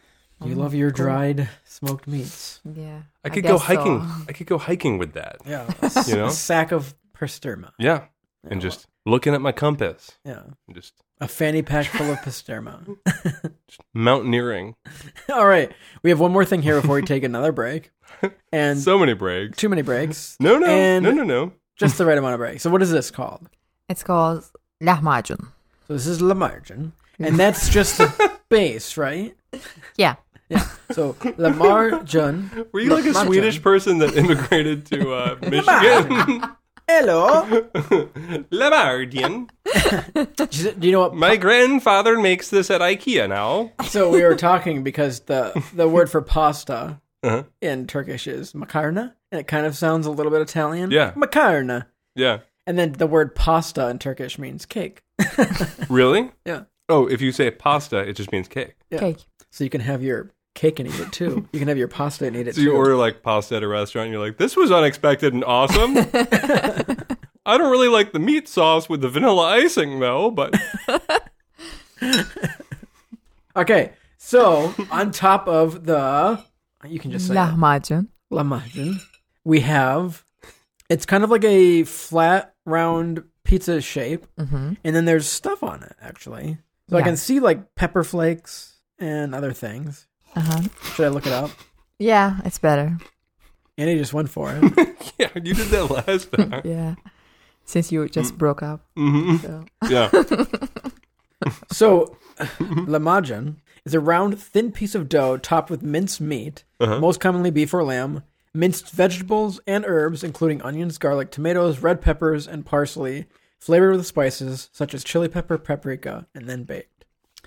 You Oh, love your cool. dried smoked meats. Yeah. I could go guess hiking. so. I could go hiking with that. Yeah. a You know? sack of pastirma. Yeah. Yeah, And just looking at my compass yeah. and just A fanny pack full of pastirma. mountaineering. All right. We have one more thing here before we take another break. And so many breaks. too many breaks. No, no, And- no, no, no. Just the right amount of breaks. So what is this called? It's called lahmacun. So this is La Margin. And that's just the base, right? Yeah. Yeah. So La Margin. Were you like a Margin. Swedish person that immigrated to uh, Michigan? Hello. Lamardian. Do you know what My grandfather makes this at IKEA now. So we were talking because the the word for pasta Uh-huh. in Turkish is makarna, and it kind of sounds a little bit Italian. Yeah. makarna. Yeah. And then the word pasta in Turkish means cake. Really? Yeah. Oh, if you say pasta, it just means cake. Yeah. Cake. So you can have your cake and eat it too. You can have your pasta and eat it So too. you order like pasta at a restaurant and you're like, this was unexpected and awesome. I don't really like the meat sauce with the vanilla icing though, but okay. So on top of the, you can just say it. Lahmacun. lahmacun, we have. It's kind of like a flat, round pizza shape. hmm and then there's stuff on it actually. So I Yeah. can see like pepper flakes and other things. Uh-huh. Should I look it up? Yeah, it's better. Andy just went for it. yeah, you did that last time. Yeah. Since you Mm. just broke up. hmm So. Yeah. so lamajin is a round, thin piece of dough topped with minced meat, most commonly beef or lamb, minced vegetables and herbs, including onions, garlic, tomatoes, red peppers, and parsley, flavored with spices such as chili pepper, paprika, and then baked.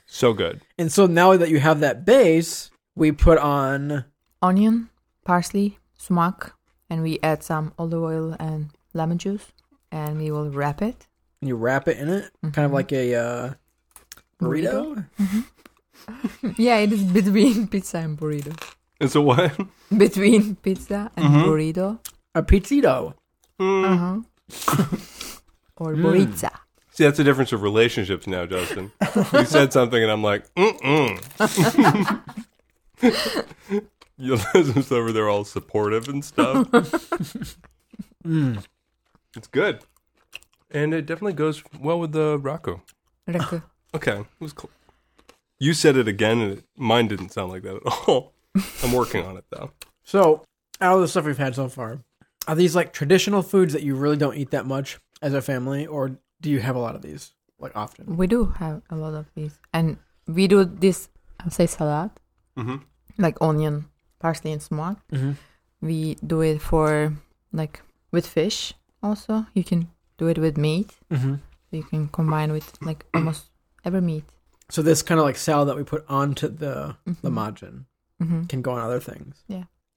So good. And so now that you have that base, we put on Onion, parsley, sumac, and we add some olive oil and lemon juice, and we will wrap it. and you wrap it in it, kind of like a uh, burrito. Mm-hmm. Yeah, it is between pizza and burrito. And so what? Between pizza and Mm-hmm. burrito. a pizzito. Hmm. Uh-huh. or Mm. burrita. See, that's the difference of relationships now, Justin. you said something, and I'm like, mm-mm. You'll notice over there all supportive and stuff. It's good. And it definitely goes well with the Rocco. Reku. Okay. It was cool. You said it again, and it, mine didn't sound like that at all. I'm working on it, though. So, out of the stuff we've had so far, are these like traditional foods that you really don't eat that much as a family, or do you have a lot of these like often? We do have a lot of these, and we do this. I'll say salad, Mhm. like onion, parsley, and smoke. Mhm. We do it for like with fish. Also, you can do it with meat. Mm-hmm. You can combine with like almost ever meet. So this kind of like salad that we put onto the the Mhm. mahjong hmm can go on other things.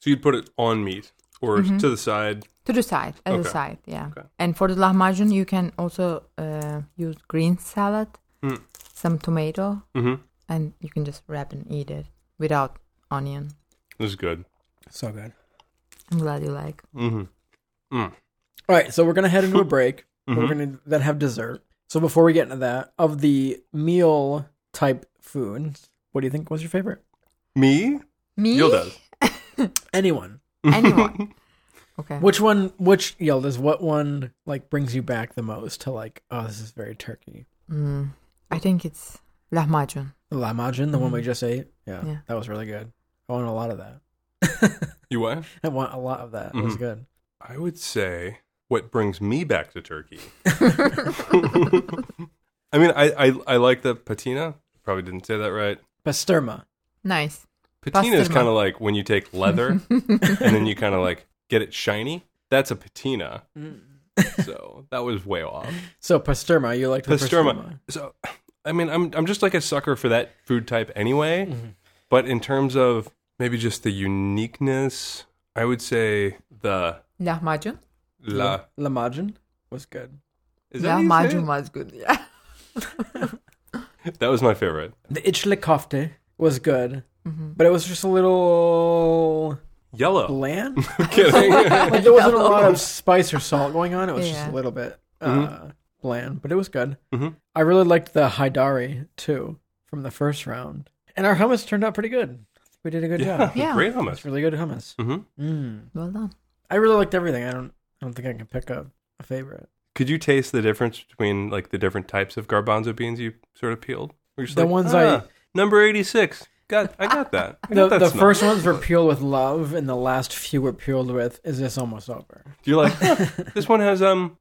So you'd put it on meat or Mm-hmm. Mhm. to the side. To the side, at Okay. the side, yeah. Okay. And for the lahmacun, you can also uh, use green salad, Mm. some tomato, hmm and you can just wrap and eat it without onion. This is good. So good. I'm glad you like. hmm All right, so we're gonna head into a break. hmm We're gonna then have dessert. So before we get into that, of the meal type foods, what do you think was your favorite? Me? Me? Yildiz. Anyone? Anyone. Okay. Which one? Which Yildiz? What one like brings you back the most to like? Oh, this is very turkey. Mm, I think it's lahmacun. The lahmacun, Oh, the one we Mhm. just ate. Mm-hmm. Yeah, Yeah. that was really good. I want a lot of that. you what? I want a lot of that. It was Mhm. good. I would say what brings me back to Turkey. I mean, I, I, I like the patina. Probably didn't say that right. Pasterma. nice. Patina is Pastırma. kind of like when you take leather and then you kind of like get it shiny. That's a patina. Mm. So that was way off. So pasterma, you liked the Pasterma. So, I mean, I'm I'm just like a sucker for that food type anyway. Mhm. But in terms of maybe just the uniqueness, I would say the Lahmacun? la. Lahmacun was good. Is that how you say Lahmacun was good, yeah. it? That was my favorite. The ichli kofte was good, Mm-hmm. Mhm. but it was just a little Yellow. bland. Uh, I'm kidding. like there wasn't a lot of spice or salt going on. It was just Yeah. a little bit uh, Mhm. bland, but it was good. Mhm. I really liked the Haidari too from the first round, and our hummus turned out pretty good. We did a good yeah, job. Yeah. great It's hummus. really good hummus. Mhm. Mm. Well done. I really liked everything. I don't. I don't think I can pick a, a favorite. Could you taste the difference between like the different types of garbanzo beans you sort of peeled? Were you just The like, "Ah, ones I- number eighty six. Got I got that. I The, got that the smell. first ones were peeled with love, and the last few were peeled with "Is this almost over?" You're like "Huh, this one has um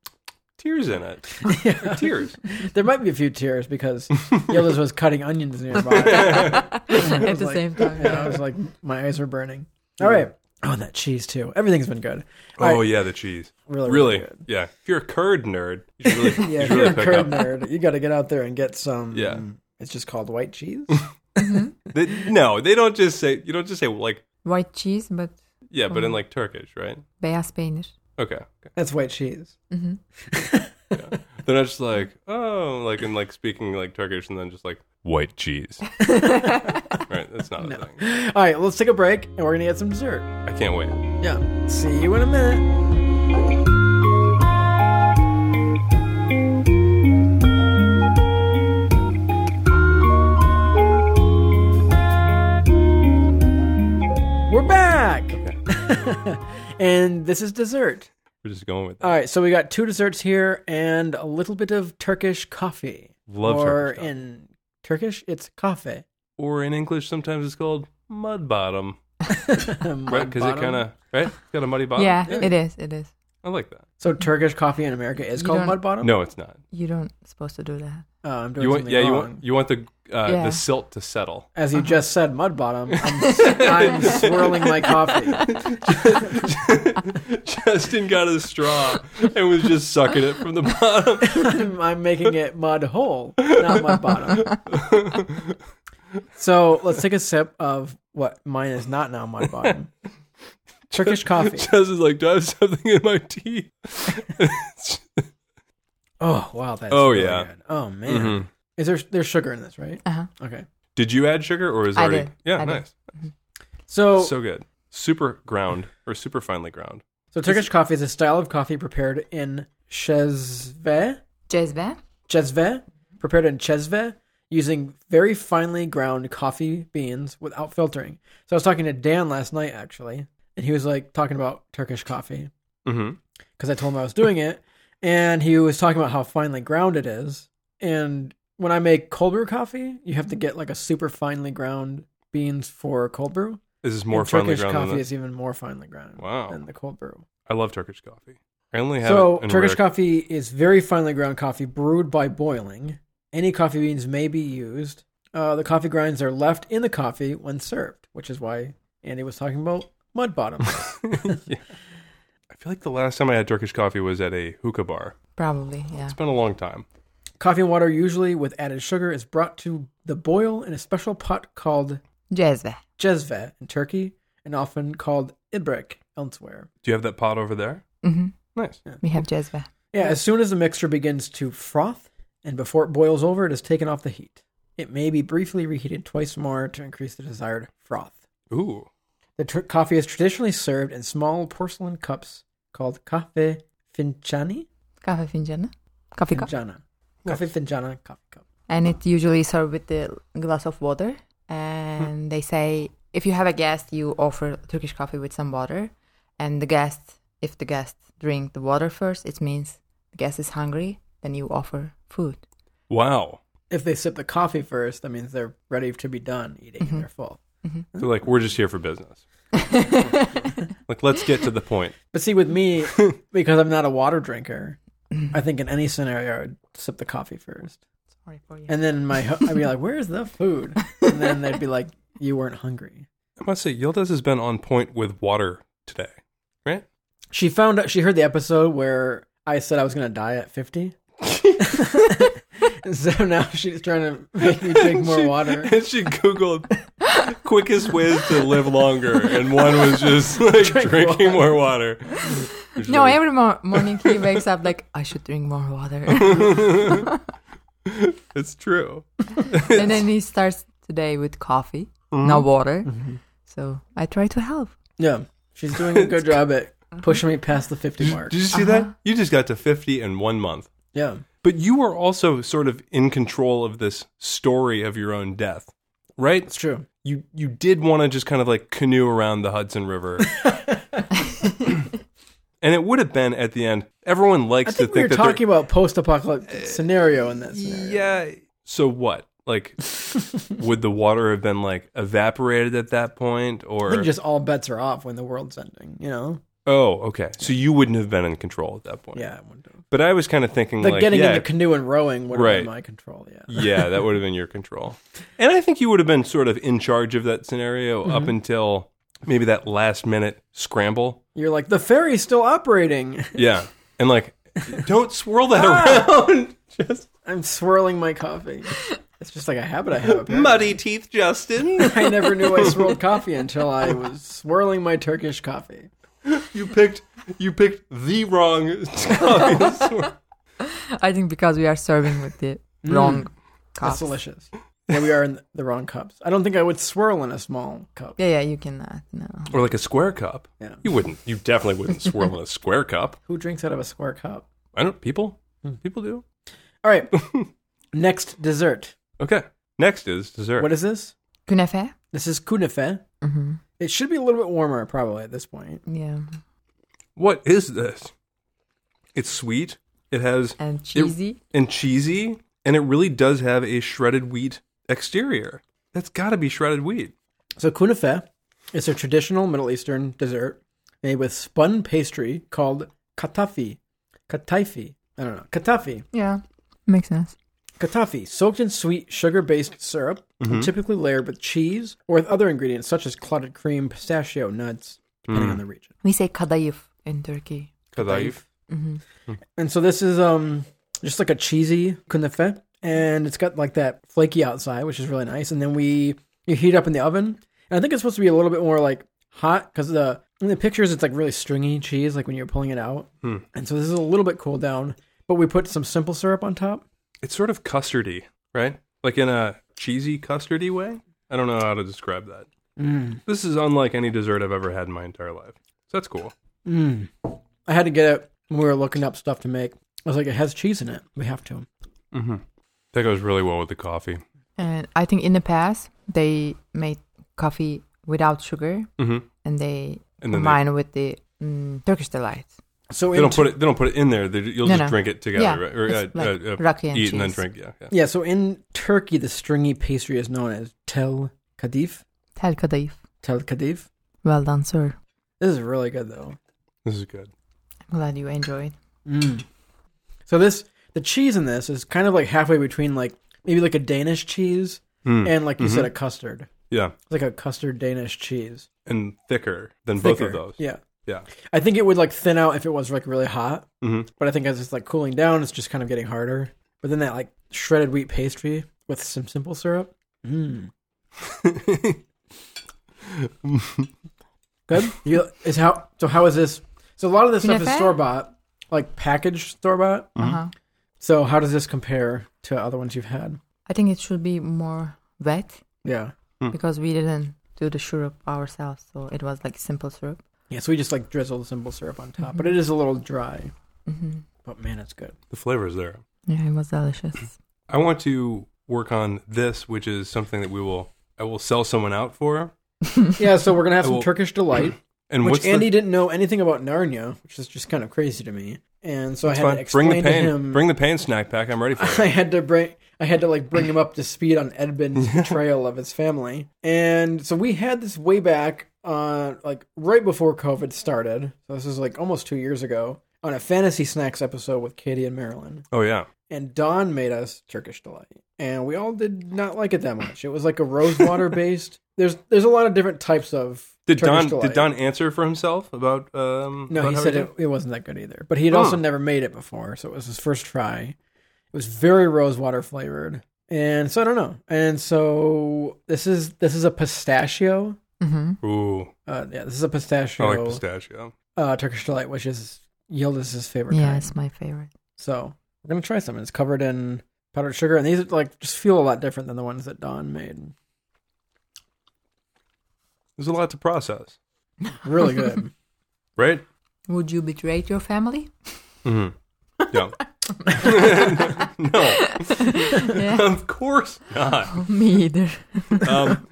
tears in it. Yeah. Tears. There might be a few tears because Yildiz was cutting onions nearby. I At was the like- same time. Yeah, I was like, my eyes are burning. All right. Oh, and that cheese too. Everything's been good. All Oh right. yeah, the cheese. Really, Really? good. Yeah. If you're a curd nerd, you should really, you Yeah, if should really you're a pick curd up. nerd, you got to get out there and get some. Yeah. It's just called white cheese. They- no, they don't just say you don't just say like White cheese, but yeah, Mm-hmm. but in like Turkish, right? beyaz peynir. Okay. okay. That's white cheese. Mhm. They're not just like oh, like in like speaking like Turkish and then just like white cheese. right? That's not a thing. All right, let's take a break and we're going to get some dessert. I can't wait. Yeah. See you in a minute. We're back. and this is dessert. We're just going with that. All right, so we got two desserts here and a little bit of Turkish coffee. Love or Turkish coffee. in Turkish, it's kafe. or in English sometimes it's called mud bottom, right? Because it kind of right, it's got a muddy bottom. yeah, it is. It is. I like that. So Turkish coffee in America is You called don't- mud bottom. No, it's not. You don't supposed to do that. oh, I'm doing You want Oh. something yeah, wrong. you want you want the uh, Yeah. the silt to settle. As you just said, mud bottom. I'm, I'm swirling my coffee. Justin got a straw and was just sucking it from the bottom. I'm, I'm making it mud hole, not mud bottom. So let's take a sip of what mine is not now mud bottom. Turkish coffee. Justin's like, do I have something in my tea? Oh wow, that's Oh, really yeah. Mm-hmm. good. Oh man, is there there's sugar in this, right? Uh-huh. Okay, Did you add sugar or is it I already? did. Yeah, I did. nice. so so, So good. Super ground or super finely ground. Turkish coffee is a style of coffee prepared in Chezve, Cezve? Chezve, prepared in Chezve, using very finely ground coffee beans without filtering. So I was talking to Dan last night actually, and he was like talking about Turkish coffee Mm-hmm. because I told him I was doing it, and he was talking about how finely ground it is. And when I make cold brew coffee, you have to get like a super finely ground beans for cold brew. This is more And finely Turkish ground than coffee that. is even more finely ground Wow. than the cold brew. I love Turkish coffee. I only have So it in Turkish rare- coffee is very finely ground coffee brewed by boiling. Any coffee beans may be used. Uh, the coffee grinds are left in the coffee when served, which is why Andy was talking about mud bottom. Yeah. I feel like the last time I had Turkish coffee was at a hookah bar. Probably, yeah. It's been a long time. Coffee and water, usually with added sugar, is brought to the boil in a special pot called Cezve. cezve in Turkey and often called ibrek elsewhere. Do you have that pot over there? hmm Nice. We have cezve. Yeah, as soon as the mixture begins to froth and before it boils over, it is taken off the heat. It may be briefly reheated twice more to increase the desired froth. Ooh. The tr- coffee is traditionally served in small porcelain cups called kafe finchani. Kahve fincanı. Coffee cup. Finjana. Kafe finjana, coffee cup. And it usually served with a glass of water. And they say if you have a guest, you offer Turkish coffee with some water. And the guest, if the guest drink the water first, it means the guest is hungry. Then you offer food. Wow. If they sip the coffee first, that means they're ready to be done eating Mm-hmm. and they're full. They're like, we're just here for business. like, let's get to the point. But see, with me, because I'm not a water drinker, I think in any scenario, I would sip the coffee first. Sorry for you. And then my, ho- I'd be like, "Where's the food?" And then they'd be like, "You weren't hungry." I must say, Yildiz has been on point with water today, right? She found out. She heard the episode where I said I was gonna die at fifty. And so now she's trying to make me drink more water. And she Googled quickest ways to live longer. And one was just like drinking more water. Which is No, like, every mor- morning he wakes up like I should drink more water, it's true. and then he starts today with coffee, Mm-hmm. no water. So I try to help. Yeah, she's doing a good job at pushing me past the fifty Did, mark. Uh-huh. did you see that? You just got to 50 in one month. Yeah, But you are also sort of in control of this story of your own death, right? it's true. You you did want to just kind of like canoe around the Hudson River. and it would have been at the end. Everyone likes I think Uh, to we were think that they're- talking about post-apocalyptic scenario in that scenario. Yeah. So what? Like would the water have been like evaporated at that point I or think just all bets are off when the world's ending. You know? Oh, okay. So you wouldn't have been in control at that point. Yeah, I wouldn't. But I was kind of thinking Like, like getting yeah, in the canoe and rowing would have Right. been my control. Yeah. yeah, that would have been your control. And I think you would have been sort of in charge of that scenario up until maybe that last minute scramble. You're like, the ferry's still operating. Yeah. And like, don't swirl that around. Just- I'm swirling my coffee. It's just like a habit I have. apparently. Muddy teeth, Justin. I never knew I swirled coffee until I was swirling my Turkish coffee. you picked you picked the wrong coffee to swirl. I think because we are serving with the wrong Mm. That's cups. delicious. Yeah, we are in the wrong cups. I don't think I would swirl in a small cup. Yeah, yeah, you cannot. No. Or like a square cup. Yeah. You wouldn't. You definitely wouldn't swirl in a square cup. Who drinks out of a square cup? I don't. People. People do. All right. Next dessert. Okay. Next is dessert. What is this? Künefe? This is kunefe. Mm-hmm. It should be a little bit warmer, probably at this point. Yeah. what is this? It's sweet. It has And cheesy. and cheesy, and it really does have a shredded wheat exterior. That's got to be shredded wheat. So kunefe is a traditional Middle Eastern dessert made with spun pastry called katafi. Kataifi. I don't know. Katafi. Yeah. Makes sense. Katafi, soaked in sweet sugar-based syrup, and typically layered with cheese or with other ingredients such as clotted cream, pistachio nuts, depending on the region. We say kadayıf in Turkey. Kadayıf. And so this is um just like a cheesy kunefe, and it's got like that flaky outside, which is really nice. And then we you heat it up in the oven, and I think it's supposed to be a little bit more like hot because the in the pictures it's like really stringy cheese, like when you're pulling it out. And so this is a little bit cooled down, but we put some simple syrup on top. It's sort of custardy, right? Like in a cheesy custardy way. I don't know how to describe that. Mm. This is unlike any dessert I've ever had in my entire life. So that's cool. Mm. I had to get it when we were looking up stuff to make. I was like, it has cheese in it. We have to. Mm-hmm. That goes really well with the coffee. And I think in the past, they made coffee without sugar Mm-hmm. and they And then they, combine with the mm, Turkish delight. So they don't into- put it. They don't put it in there. They, you'll No, just no. drink it together, Yeah, right? Or, uh, it's like raki and eat and then cheese. drink. Yeah, yeah. Yeah, so in Turkey, the stringy pastry is known as tel kadif. Tel kadayıf. Tel kadif. Well done, sir. This is really good though. This is good. I'm glad you enjoyed. Mm. So this the cheese in this is kind of like halfway between like maybe like a Danish cheese Mm. and like you said a custard. Yeah, It's like a custard Danish cheese. and thicker than both of Thicker. those. Yeah. yeah. I think it would like thin out if it was like really hot, Mhm. but I think as it's like cooling down, it's just kind of getting harder. But then that like shredded wheat pastry with some simple syrup. Mm. Mm-hmm. Good. You is how so how is this so a lot of this stuff is Künefe? store bought, like packaged store bought. Mm-hmm. Uh-huh. So how does this compare to other ones you've had? I think it should be more wet Yeah. because we didn't do the syrup ourselves, so it was like simple syrup. Yeah, so we just like drizzle the simple syrup on top, Mm-hmm. but it is a little dry. hmm But man, it's good. The flavor is there. Yeah, it was delicious. I want to work on this, which is something that we will I will sell someone out for. Yeah, so we're gonna have some Well, Turkish delight, And which what's the- Andy didn't know anything about Narnia, which is just kind of crazy to me. And so I It's had fine. to explain Bring the pain. to him. Bring the pain snack pack. I'm ready for it. I had to bring. I had to like bring him up to speed on Edmund's betrayal of his family, and so we had this way back, uh, like right before COVID started. So this is like almost two years ago on a fantasy snacks episode with Katie and Marilyn, Oh yeah. and Don made us Turkish delight, and we all did not like it that much. It was like a rosewater based. There's there's a lot of different types of Did Turkish Don delight. did Don answer for himself about um No, about he how said did? it, it wasn't that good either. But he'd also Hmm. never made it before, so it was his first try. It was very rosewater flavored, and so I don't know. And so this is this is a pistachio. hmm Ooh, Uh, yeah, this is a I pistachio like pistachio. uh, Turkish delight, which is Yildiz's favorite. Yeah, kind. it's my favorite. So we're gonna try some. It's covered in powdered sugar, and these like just feel a lot different than the ones that Don made. There's a lot to process, Really good. right? Would you betray your family? Mm-hmm. Yeah. no, yeah, of course not. me either. Um,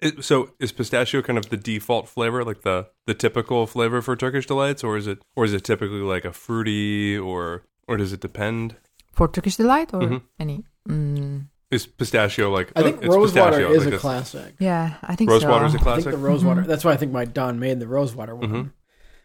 it- so is pistachio kind of the default flavor, like the the typical flavor for Turkish delights, or is it or is it typically like a fruity, or or does it depend? For Turkish delight or Mhm. any? Mm, Is pistachio like? I think oh, it's rosewater pistachio, is like a it's- classic. yeah, I think so. Rosewater is a I classic. Mm-hmm. think the rosewater. Mhm. That's why I think my Don made the rosewater one. Mhm.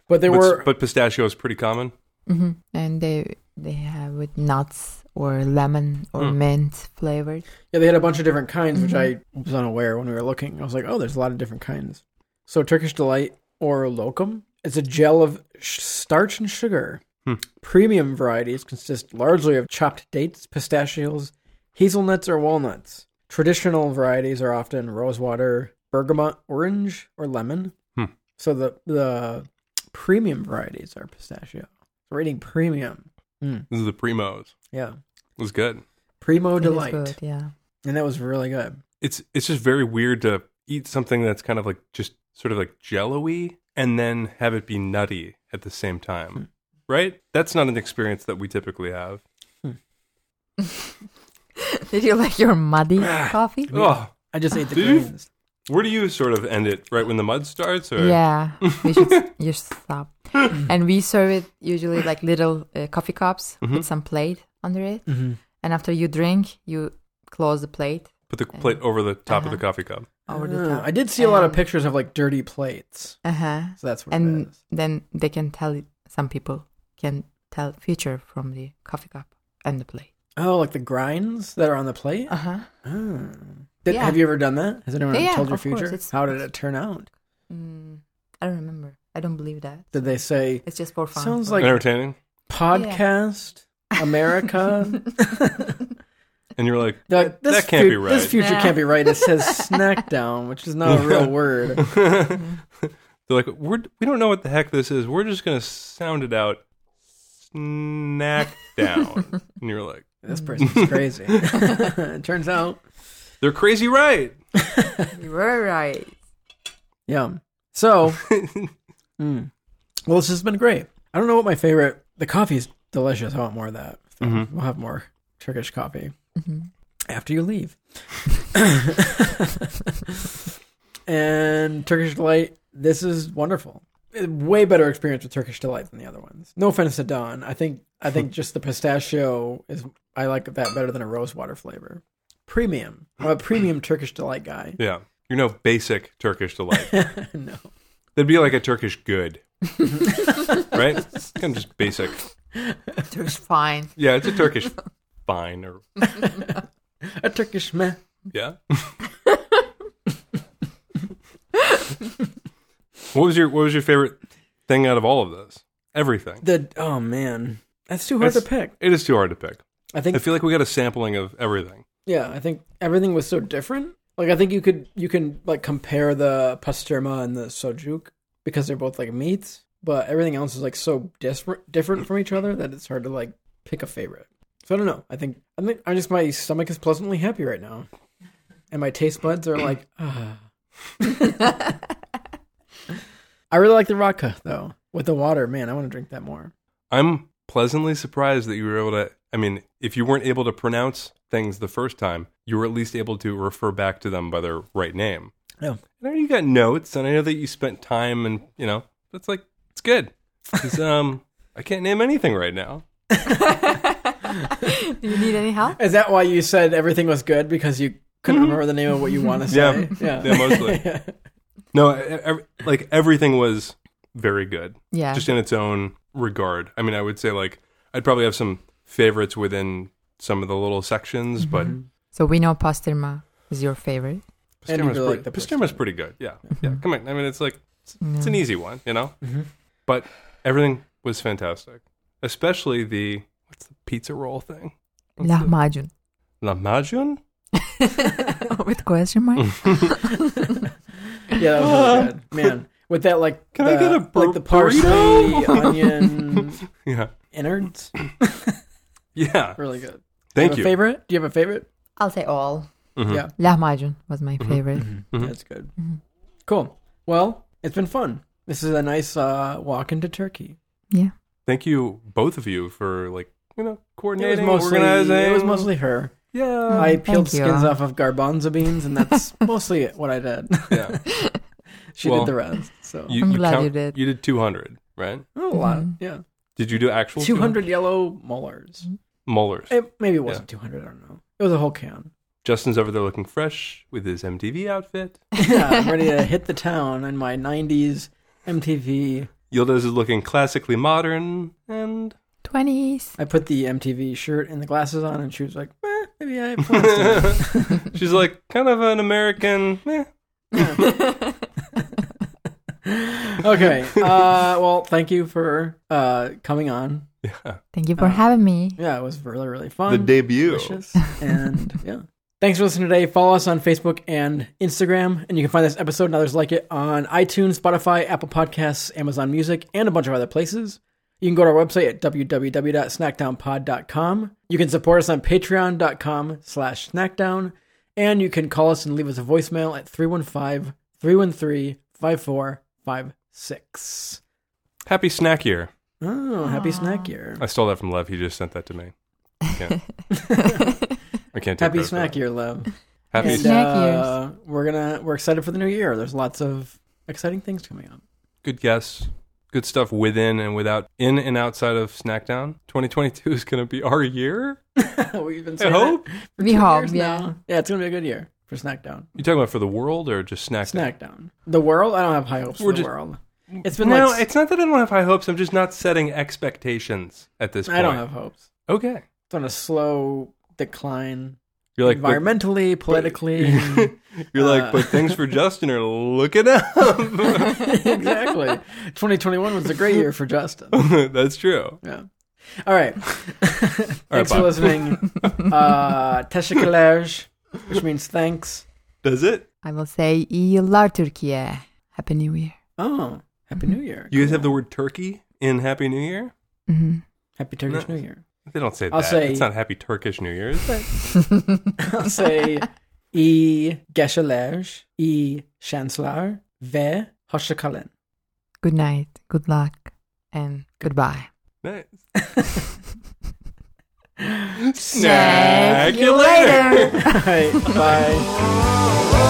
But they but, were but pistachio is pretty common. hmm And they they have with nuts or lemon or Mm. mint flavored. Yeah, they had a bunch of different kinds, which I Mm-hmm. was unaware when we were looking. I was like, oh, there's a lot of different kinds. So Turkish delight or lokum, it's a gel of sh- starch and sugar. Hmm. Premium varieties consist largely of chopped dates, pistachios, hazelnuts, or walnuts. Traditional varieties are often rosewater, bergamot, orange, or lemon. Hmm. So the the premium varieties are pistachio. We're eating premium. Hmm, This is the primos. Yeah, It was good. primo It is Oh, delight, good, yeah. and that was really good. It's it's just very weird to eat something that's kind of like just sort of like jello-y and then have it be nutty at the same time. Hmm. Right? That's not an experience that we typically have. Did you like your muddy coffee? Oh, I just ate the Did you- grains. where do you sort of end it? Right when the mud starts or Yeah, we should you should stop. Hmm. and we serve it usually like little uh, coffee cups Mhm. with some plate under it. Mm-hmm. And after you drink, you close the plate put the plate over the top of the coffee cup. over the Ah, top. I did see a lot of Um, And- pictures of like dirty plates. Uh-huh. So that's what it And is. then they can tell some people can tell future from the coffee cup and the plate. Oh, like the grinds that are on the plate. Uh huh. Oh. Did, Yeah. Have you ever done that? Has anyone Yeah, ever yeah, told your of course, future? it's- How did it turn out? Mm, I don't remember. I don't believe that. Did they say It's just for fun. Sounds for- like- Entertaining. podcast America? And you're like, They're like, that can't fu- be right. This future Yeah. can't be right. It says snackdown, which is not a real word. They're like, we're, we don't know what the heck this is. We're just going to sound it out. Snack down. and you're like, This person's crazy. it turns out, they're crazy right. you were right. yum. So, mm. well, this has been great. I don't know what my favorite. The coffee is delicious. I want more of that. So Mhm. We'll have more Turkish coffee. Mhm. after you leave. and Turkish Delight, this is wonderful. A Way better experience with Turkish Delight than the other ones. No offense to Don. I think I think just the pistachio is I like that better than a rosewater flavor. Premium. I'm a premium Turkish Delight guy. Yeah. You're no basic Turkish delight. no. That'd be like a Turkish good. right? Kind of just basic. Turkish fine. Yeah, it's a Turkish fine or A Turkish meh. yeah. what was your what was your favorite thing out of all of this? Everything. The oh man. That's too hard That's- to pick. It is too hard to pick. I think I feel like we got a sampling of everything. Yeah, I think everything was so different. Like I think you could you can like compare the pasterma and the sojuk because they're both like meats, but everything else is like so dis- different from each other that it's hard to like pick a favorite. So I don't know. I think I think I just my stomach is pleasantly happy right now, and my taste buds are like ah. I really like the raka though with the water. Man, I want to drink that more. I'm pleasantly surprised that you were able to. I mean, if you weren't able to pronounce things the first time, you were at least able to refer back to them by their right name. Yeah. And I know you got notes, and I know that you spent time, and you know that's like it's good. 'Cause, um, I can't name anything right now. Do you need any help? Is that why you said everything was good because you couldn't remember the name of what you want to say? Mm-hmm. Yeah. Yeah, mostly. No, e- ev- like everything was very good, Yeah. just in its own regard. I mean, I would say like I'd probably have some favorites within some of the little sections, but Mm-hmm. so we know Pasterma is your favorite. Mm-hmm. And you Pasterma's, really pretty, like the Mm-hmm. Pasterma's Pasterma. pretty good. Yeah. Yeah. Come on. I mean, it's like, it's, it's an Yeah. easy one, you know? Mhm. But everything was fantastic, especially the, what's the pizza roll thing? What's the- Lahmacun. Lahmacun? With question mark? Mm. Yeah, that was really good. Man, with that like Ah. Can the, I get a bur- like the parsley, burrito? onion, Yeah. innards, Yeah. really good. Thank have you. A favorite? Do you have a favorite? I'll say all. Mhm. Yeah. Lahmacun was my Mhm. favorite. Mhm. That's good. Cool. Well, it's been fun. This is a nice uh, walk into Turkey. Yeah. Thank you, both of you, for like, you know, It was coordinating, mostly organizing. it was mostly her. Yeah. I Oh, thank peeled you. skins off of garbanzo beans, and that's mostly what I did. yeah. She Well, did the rest. So You, I'm glad you count- did. You did 200, right? a lot, Mhm. yeah. Did you do actual Two hundred yellow molars. molars? It, maybe it wasn't two hundred. I don't know. It was a whole can. Justin's over there looking fresh with his MTV outfit. yeah, I'm ready to hit the town in my 90s MTV. Yildiz is looking classically modern, and 20s. I put the MTV shirt and the glasses on, and she was like, eh, maybe I have plans to-" she's like kind of an American. eh. Okay. Uh, well, thank you for uh, coming on. Yeah, Thank you for Uh, having me. Yeah, it was really, really fun. the debut. Delicious. And yeah. Thanks for listening today. Follow us on Facebook and Instagram. And you can find this episode and others like it on iTunes, Spotify, Apple Podcasts, Amazon Music, and a bunch of other places. You can go to our website at www.snackdownpod.com. You can support us on patreon.com slash snackdown. And you can call us and leave us a voicemail at 315-313-5456. Happy snack year. Oh, happy snack year. I stole that from Lev. He just sent that to me. Yeah. I can't take credit Happy for snack that. year, love. Happy s- And, uh, snack uh, we're gonna we're excited for the new year. There's lots of exciting things coming up. good guess. Good stuff within and without, in and outside of Snackdown. 2022 is going to be our year. We've been I saying that hope. for We two hope, years yeah. now. Yeah, it's gonna be a good year for Snackdown. You talking about for the world or just Snackdown? Snackdown. The world. I don't have high hopes We're for the just- world. It's been no, like it's not that I don't have high hopes. I'm just not setting expectations at this point. I don't have hopes. Okay. It's on a slow decline, You're like, but- environmentally, politically. uh, You're like, but things for Justin are looking up. exactly. 2021 was a great year for Justin. That's true. Yeah. All right. Thanks bye. for listening. uh, teşekkürler, which means thanks. Does it? I will say iyi yıllar Türkiye. Happy New Year. Oh, Happy New Year. You guys have Cool. the word turkey in Happy New Year? Mhm. Happy Turkish No. New Year. They don't say I'll that. say- it's not Happy Turkish New Year. is it? I'll say i geçeler, i şanslar ve hoşçakalın. Good night, good luck, and goodbye. Nice. Snack you later. All right, bye.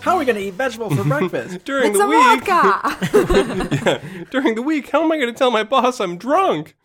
How are we going to eat vegetables for breakfast? During It's the a week, vodka. during the week, how am I going to tell my boss I'm drunk?